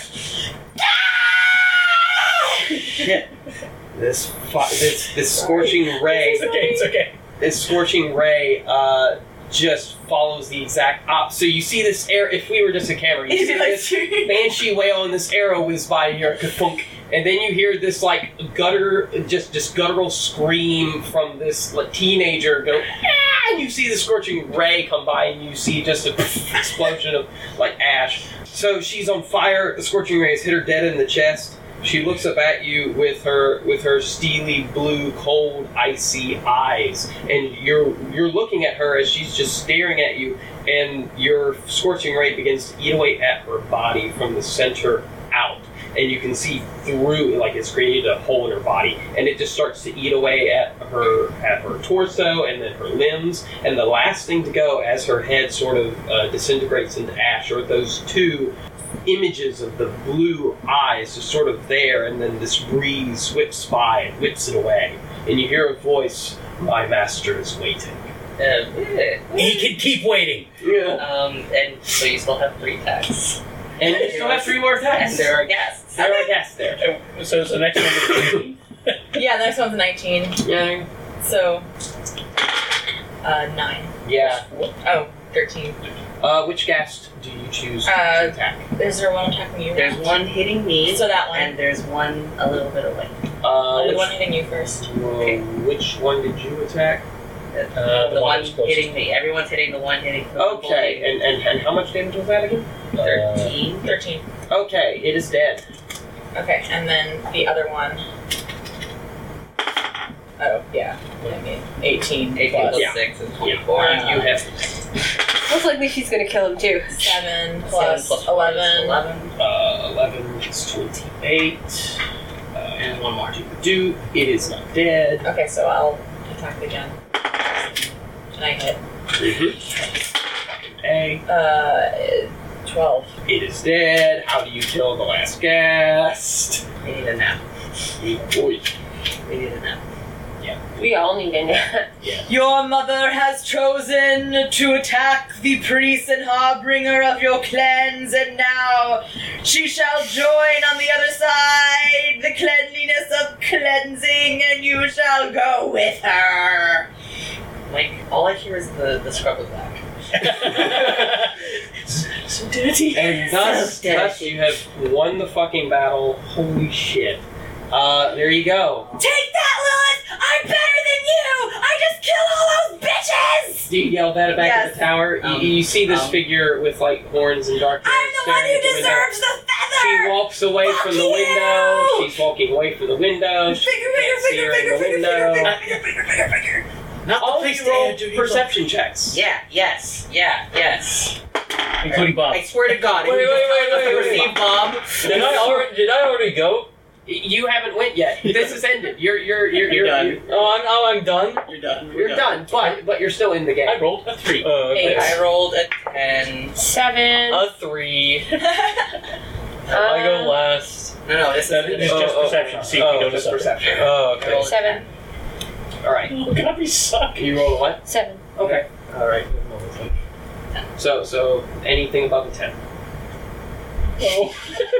This fi- this this scorching ray.
It's okay. It's okay.
this scorching ray uh, just follows the exact op. So you see this air. If we were just a camera, you see this banshee whale and this arrow whiz by, and you're ka-thunk. And then you hear this like gutter, just just guttural scream from this like, teenager go, ah! and you see the scorching ray come by, and you see just a explosion of like ash. So she's on fire. The scorching ray has hit her dead in the chest. She looks up at you with her with her steely blue, cold, icy eyes, and you're you're looking at her as she's just staring at you, and your scorching ray begins to eat away at her body from the center out, and you can see through like it's created a hole in her body, and it just starts to eat away at her at her torso and then her limbs, and the last thing to go as her head sort of uh, disintegrates into ash are those two images of the blue eyes just sort of there, and then this breeze whips by and whips it away. And you hear a voice, My master is waiting.
Um, he can keep waiting. Yeah. Um, and so you still have three attacks.
And you still have three more attacks.
And there are guests.
There are guests there.
Uh, So it's the next one.
Yeah, the next one's a 19.
Yeah.
So, uh, 9.
Yeah.
Oh, 13.
Uh, which guest do you choose
Uh,
to attack?
Is there one attacking you?
There's one hitting me,
So that one.
and there's one a little bit away.
Uh,
Oh, the
which,
one hitting you first.
well, which one did you attack?
Uh,
the one
that's closest.
hitting me. Everyone's hitting the one hitting. the one
Okay, and, and, and how much damage was that again? Uh,
Uh,
Thirteen.
13.
Okay, it is dead.
Okay, and then the other one. Oh, yeah. I mean, 18.
18
plus
plus
Yeah.
six is
Yeah.
twenty-four.
Uh,
you have
Most likely she's gonna kill him too.
7
Seven
plus,
plus four is
11.
Eleven.
Uh, 11 is 28. Uh, and one more to do. It is not dead.
Okay, so I'll attack again. And I hit.
Mm-hmm.
A.
Uh, 12.
It is dead. How do you kill the last guest?
We need a nap.
Boy.
We need a nap.
We all need a nap.
Your mother has chosen to attack the priest and harbinger of your clans, and now she shall join on the other side the cleanliness of cleansing, and you shall go with her.
Like all I hear is the the scrub of back.
So dirty.
And thus,
So dead.
thus, you have won the fucking battle. Holy shit. Uh, there you go.
Take that, Lilith! I'm better than you! I just killed all those bitches!
Do you yell that back at
Yes.
the tower?
Um,
you, you see this
um,
figure with like horns and dark hair.
I'm the one
staring
who
at the window.
deserves the
She
feather!
walks away
Fuck
from the
you!
window. She's walking away from the window. She
Finger,
can't see
finger,
her
finger,
in the
finger,
window.
finger, finger, finger, finger, finger, finger.
Not
All
the
of Oh,
place
you
to
roll
add your
perception checks.
Yeah. Yes. Yeah. Yes.
Including Bob.
I swear to God.
Wait,
if
wait,
you
wait, wait, wait.
receive Bob.
Did I already? Did I already go?
Y- You haven't went yet. This is ended. You're you're you're you're,
You're done.
You're,
Oh, I'm, oh, I'm done.
You're done.
you're done. But but you're still in the game.
I rolled a three.
Oh, okay.
I rolled a ten.
Seven.
Oh,
A three. I go last.
No, no, this
That is
is.
just
Oh, oh,
perception. See if
oh,
you
Just
notice something.
perception.
Oh, okay.
rolled a
Seven.
10.
All right.
Oh God, we suck.
You roll a what?
Seven.
Okay. All right. So so anything above a ten.
Oh,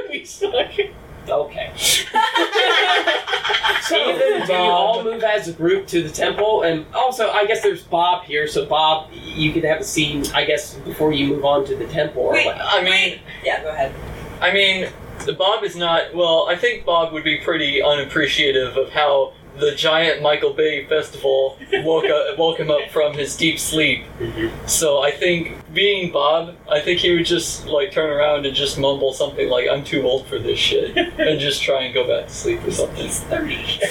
we suck.
Okay. Ethan, do you all move as a group to the temple? And also, I guess there's Bob here, so Bob, you could have a scene, I guess, before you move on to the temple. Or
Wait.
what.
I mean,
Yeah, go ahead.
I mean, the Bob is not. Well, I think Bob would be pretty unappreciative of how the giant Michael Bay festival woke up, woke him up from his deep sleep. So I think being Bob, I think he would just like turn around and just mumble something like "I'm too old for this shit" and just try and go back to sleep or something. He's
Thirty.
like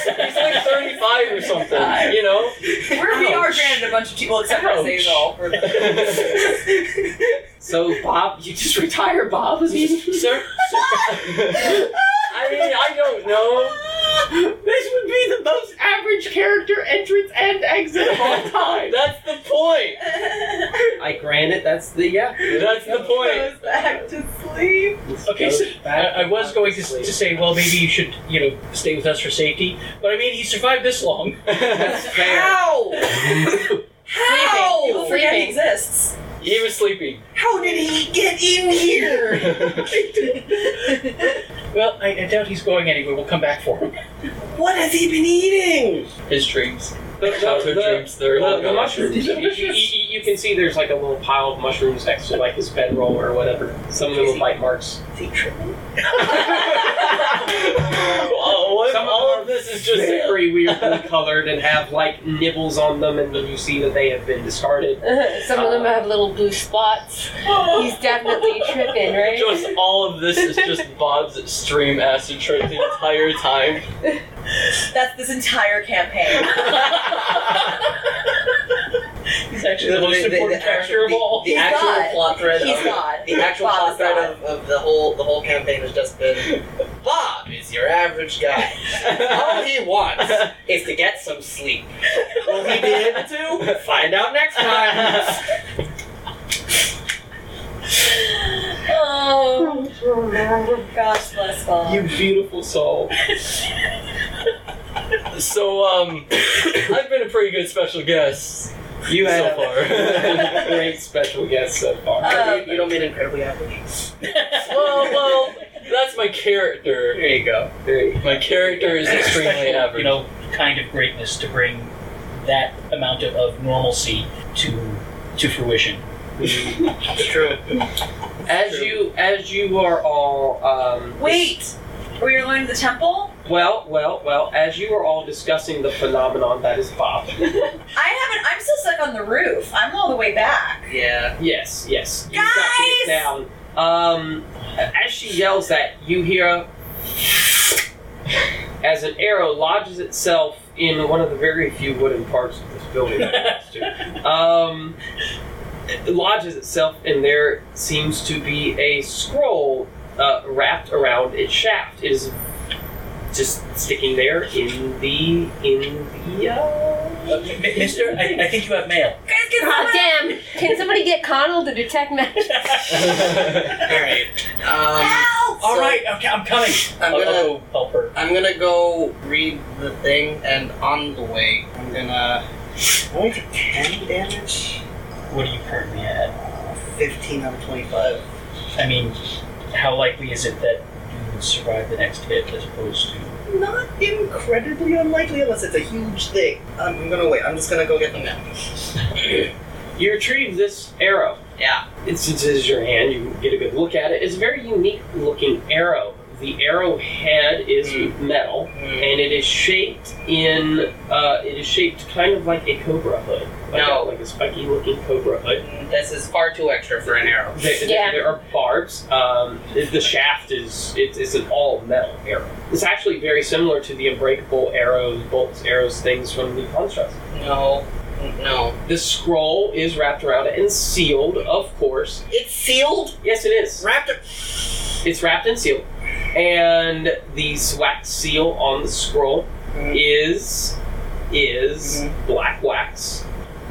35 or something, you know.
We're, we are granted a bunch of people, except for
Ouch.
Azazel. We're
So, Bob, you just retire Bob as Ethan?
Sir, I mean, I don't know.
this would be the most average character entrance and exit of all time.
That's the point.
I grant it. That's the yeah.
That's the point.
goes back to sleep.
Okay, so I, I was going to, to say, well, maybe you should, you know, stay with us for safety. But I mean, he survived this long.
That's fair.
How? How?
Sleeping.
People forget he
Sleeping.
exists.
He was sleeping.
How did he get in here?
Well, I, I doubt he's going anywhere. We'll come back for him.
What has he been eating?
His dreams.
The- the-
Childhood
the-
dreams. They're
The,
all
the
gone.
mushrooms. You, you- you- you can see there's like a little pile of mushrooms next to like his bedroll or whatever. Some of them with bite marks.
Is he tripping?
Oh, what if
Some of
all
them
of this is just a
very weirdly colored and have like nibbles on them, and then you see that they have been discarded.
Some of them
Uh,
have little blue spots. He's definitely tripping, right?
Just all of this is just Bob's extreme acid trip the entire time.
That's this entire campaign.
He's actually
the most important character of all.
The,
He's
actual
God.
plot thread.
He's
of,
God.
The actual
Bob
plot
is
thread
God.
of, of the whole the whole campaign has just been Bob is your average guy. all he wants is to get some sleep. Will he be able to? Find out next time.
Oh, gosh bless all.
You beautiful soul. so, um, I've been a pretty good special guest. You so far.
Great special guest so far.
Um,
you, you don't mean incredibly average.
well, well, that's my character.
There you go. There you go.
My character is extremely average.
You know, kind of greatness to bring that amount of, of normalcy to to fruition.
It's true.
As you as you are all um,
Wait! Were you going to the temple?
well, well, well, as you are all discussing the phenomenon that is Bob.
I haven't. I'm still stuck on the roof. I'm all the way back.
Yeah.
Yes, yes. You got to get down. Um, as she yells that, you hear as an arrow lodges itself in one of the very few wooden parts of this building. that it belongs to. um, it lodges itself, and there seems to be a scroll uh, wrapped around its shaft. It is just sticking there in the in the. Uh,
Uh, m- m- Mister, I, I think you have mail.
Guys, get
Aw,
out
damn! Can somebody get Connell to detect magic?
All right. Um,
Help!
All
So-
right, okay, I'm coming. I'll-
I'm
I'll
gonna-
go help her.
I'm gonna go read the thing, and on the way, I'm gonna. Only to ten damage.
What are you currently at?
Fifteen out of twenty-five.
I mean, how likely is it that you would survive the next hit as opposed to?
Not incredibly unlikely unless it's a huge thing. I'm, I'm gonna wait. I'm just gonna go get them now.
you retrieve this arrow.
Yeah.
It's it is your hand. You get a good look at it. It's a very unique looking arrow. The arrow head is metal, and it is shaped in. Uh, it is shaped kind of like a cobra hood. Like a,
No.
like a spiky looking cobra hood.
This is far too extra for an arrow.
There, there-
Yeah.
there are barbs. Um, the shaft is it, it's an all metal arrow. It's actually very similar to the unbreakable arrows, bolts, arrows, things from the constructs.
No. No.
The scroll is wrapped around it and sealed, of course.
It's sealed.
Yes, it is.
Wrapped up.
It's wrapped in seal. And the wax seal on the scroll
Mhm.
is is black wax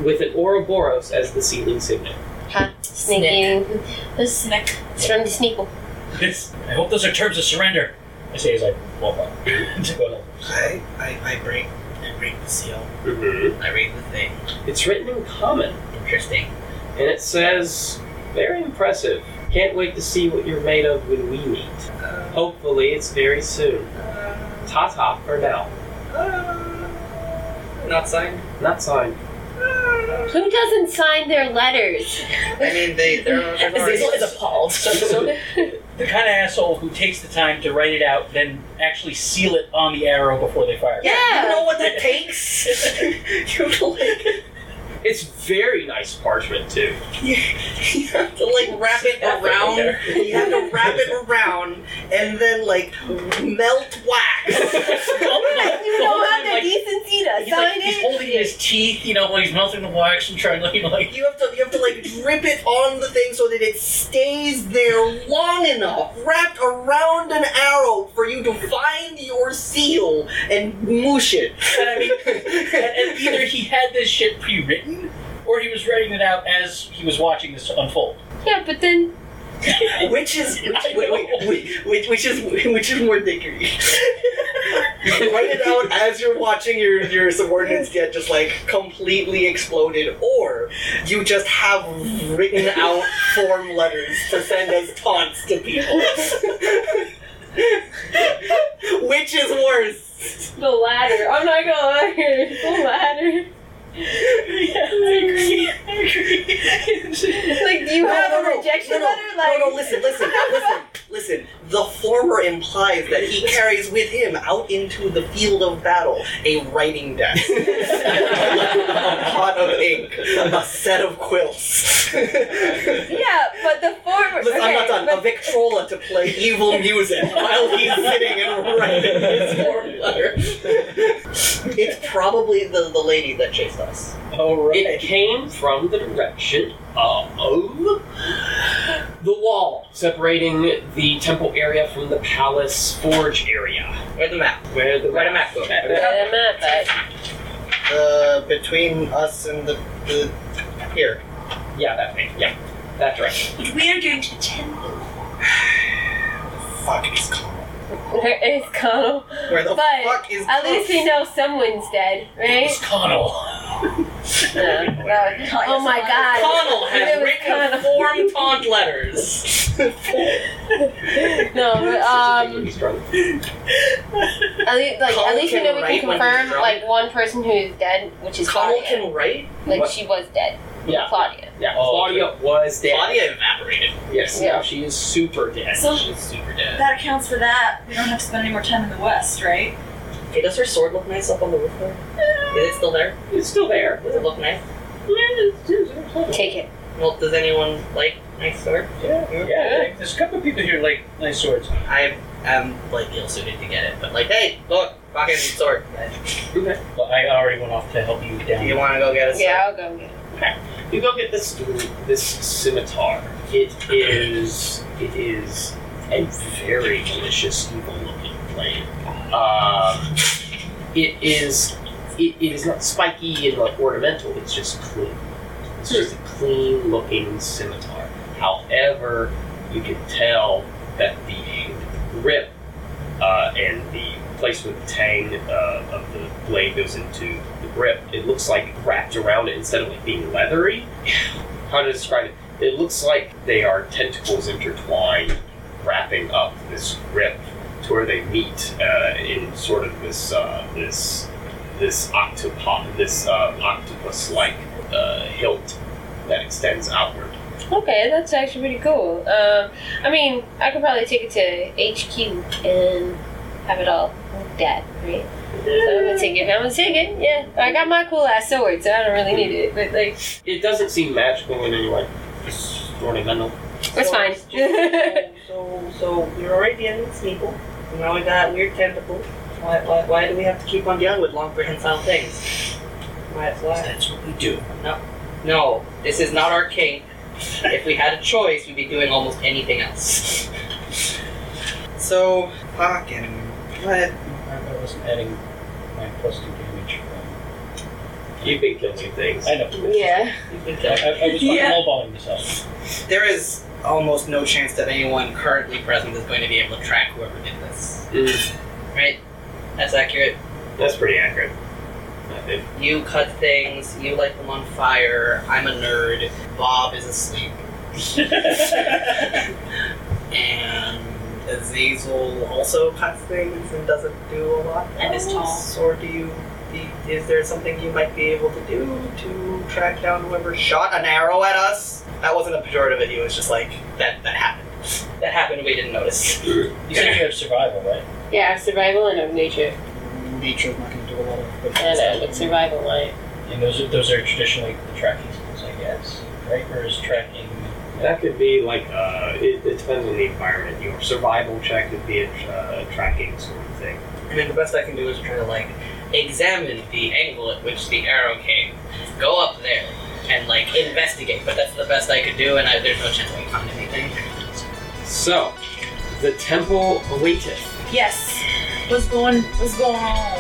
with an Ouroboros as the sealing signet.
Huh? Sneaking. This
Snick.
It's from the Sneakle.
This. I hope those are terms of surrender. I say as I walk up to go help.
I, I, I break. I break the seal.
Mm-hmm.
I read the thing.
It's written in common,
Interesting.
and it says, "Very impressive. Can't wait to see what you're made of when we meet. Hopefully, it's very soon. Ta ta for now.
Ah. Not signed.
Not signed.
Who doesn't sign their letters?
I mean, they they're.
Azazel is appalled.
So, so the kind of asshole who takes the time to write it out, then actually seal it on the arrow before they fire.
Yeah.
You know what that takes. you know, like
It's very nice parchment too.
you have to like wrap it
Effort
around.
there.
You have to wrap it around and then like melt wax.
You don't have the
Like-
decency to
He's, like,
sign
he's
it.
holding his teeth, you know, while he's melting the wax and trying to, you know, like.
You have to you have to like drip it on the thing so that it stays there long enough, wrapped around an arrow for you to find your seal and moosh it.
And I mean, and, and either he had this shit pre-written, or he was writing it out as he was watching this unfold.
Yeah, but then
Which is which, wait, wait, wait, which, which is which is more dickery? Write it out as you're watching your your subordinates get just like completely exploded, or you just have written out form letters to send as taunts to people. which is worse?
the latter. I'm not gonna lie here. The latter. Like, do you
No,
have
no,
a
no,
rejection
no, no,
letter? Like,
no, no, listen, listen, listen.
Listen, the former implies that he carries with him out into the field of battle a writing desk, a pot of ink, a set of quilts.
yeah, but the former.
Listen, I'm
okay,
not done. A Victrola to play evil music while he's sitting and writing his form letter. it's probably the, the lady that chased us.
Oh, right. It came from the direction of the wall separating the temple area from the palace forge area.
Where the map?
Where the
Where the
map?
map go, Matt?
Where the map at?
Uh, between us and the, the here.
Yeah, that thing. Yeah, that direction.
We are going to Temple.
Fuck, it's calm.
There is Connell.
Where the
but
fuck is
At least we know someone's dead, right?
Connell.
Yeah. Well, oh my god.
Connell has
It was
written
Connell.
form taunt letters.
No, but, um,
He's drunk.
at least, like, at
Connell
least we
can
know
write
we can
when he's
confirm,
drunk.
like, one person who is dead, which is
Connell
Claudia.
can write?
Like,
What?
she was dead.
Yeah.
Claudia.
Yeah,
Oh,
Claudia was dead.
Claudia evaporated.
Yes,
Yeah.
now she is super dead.
So-
She's super dead.
That accounts for that. We don't have to spend any more time in the West, right?
Hey, does her sword look nice up on the roof there? Is it still there?
It's still there.
Does it look nice?
Take it.
Well, does anyone like nice sword?
Yeah, yeah. There's a couple of people here like nice swords.
I am like ill suited to get it, but like, hey, look, fucking sword.
But I already went off to help you
Do
down.
you want to go get a sword?
Yeah, I'll go get it.
You go get this this scimitar. It is it is a very malicious, evil looking blade. Um, it is it, it is not spiky and like ornamental. It's just clean. It's just a clean looking scimitar. However, you can tell that the grip uh, and the place where the tang uh, of the blade goes into the grip, it looks like wrapped around it instead of like being leathery. How to describe it? It looks like they are tentacles intertwined, wrapping up this grip to where they meet uh, in sort of this uh, this this octopus this uh, octopus like uh, hilt that extends outward.
Okay, that's actually pretty cool. Um, I mean, I could probably take it to HQ and have it all dead, right? So I'm gonna take it. I'm gonna take it. Yeah, I got my cool ass sword, so I don't really need it. But like,
It doesn't seem magical in any way. It's ornamental.
it's fine.
so, so, so we were already dealing with Smeagol, and now we got weird tentacles. Why, why, why do we have to keep on dealing with long prehensile things? Why, why?
That's what we do.
No, this is not our king. if we had a choice, we'd be doing almost anything else.
So fucking what?
I wasn't adding my plus two damage.
You've been killing things.
I know.
yeah.
I, I, I was fucking
Yeah.
lowballing myself.
There is
Almost no chance that anyone currently present is going to be able to track whoever did this.
Mm,
Right? That's accurate.
that's pretty accurate. I think.
You cut things, you light them on fire, I'm a nerd, Bob is asleep. and Azazel also cuts things and doesn't do a lot.
And is tall.
else, Or do you? do- Is there something you might be able to do to track down whoever shot an arrow at us?
that wasn't a pejorative at you. It's just like
That that happened. That happened. We didn't notice.
You said you have survival, right?
Yeah, I have survival and I have nature.
nature's not going to do a lot of.
And I have survival line.
And those are, those are traditionally the tracking skills, I guess. Right? Or is tracking.
That could be like uh, it, it depends on the environment. Your survival check could be a uh, tracking sort of thing.
I mean, the best I can do is try to like examine the angle at which the arrow came, go up there, and like investigate. But that's the best I could do, and I, there's no chance I can find anything.
So, the temple awaiteth.
Yes. What's going? What's going on?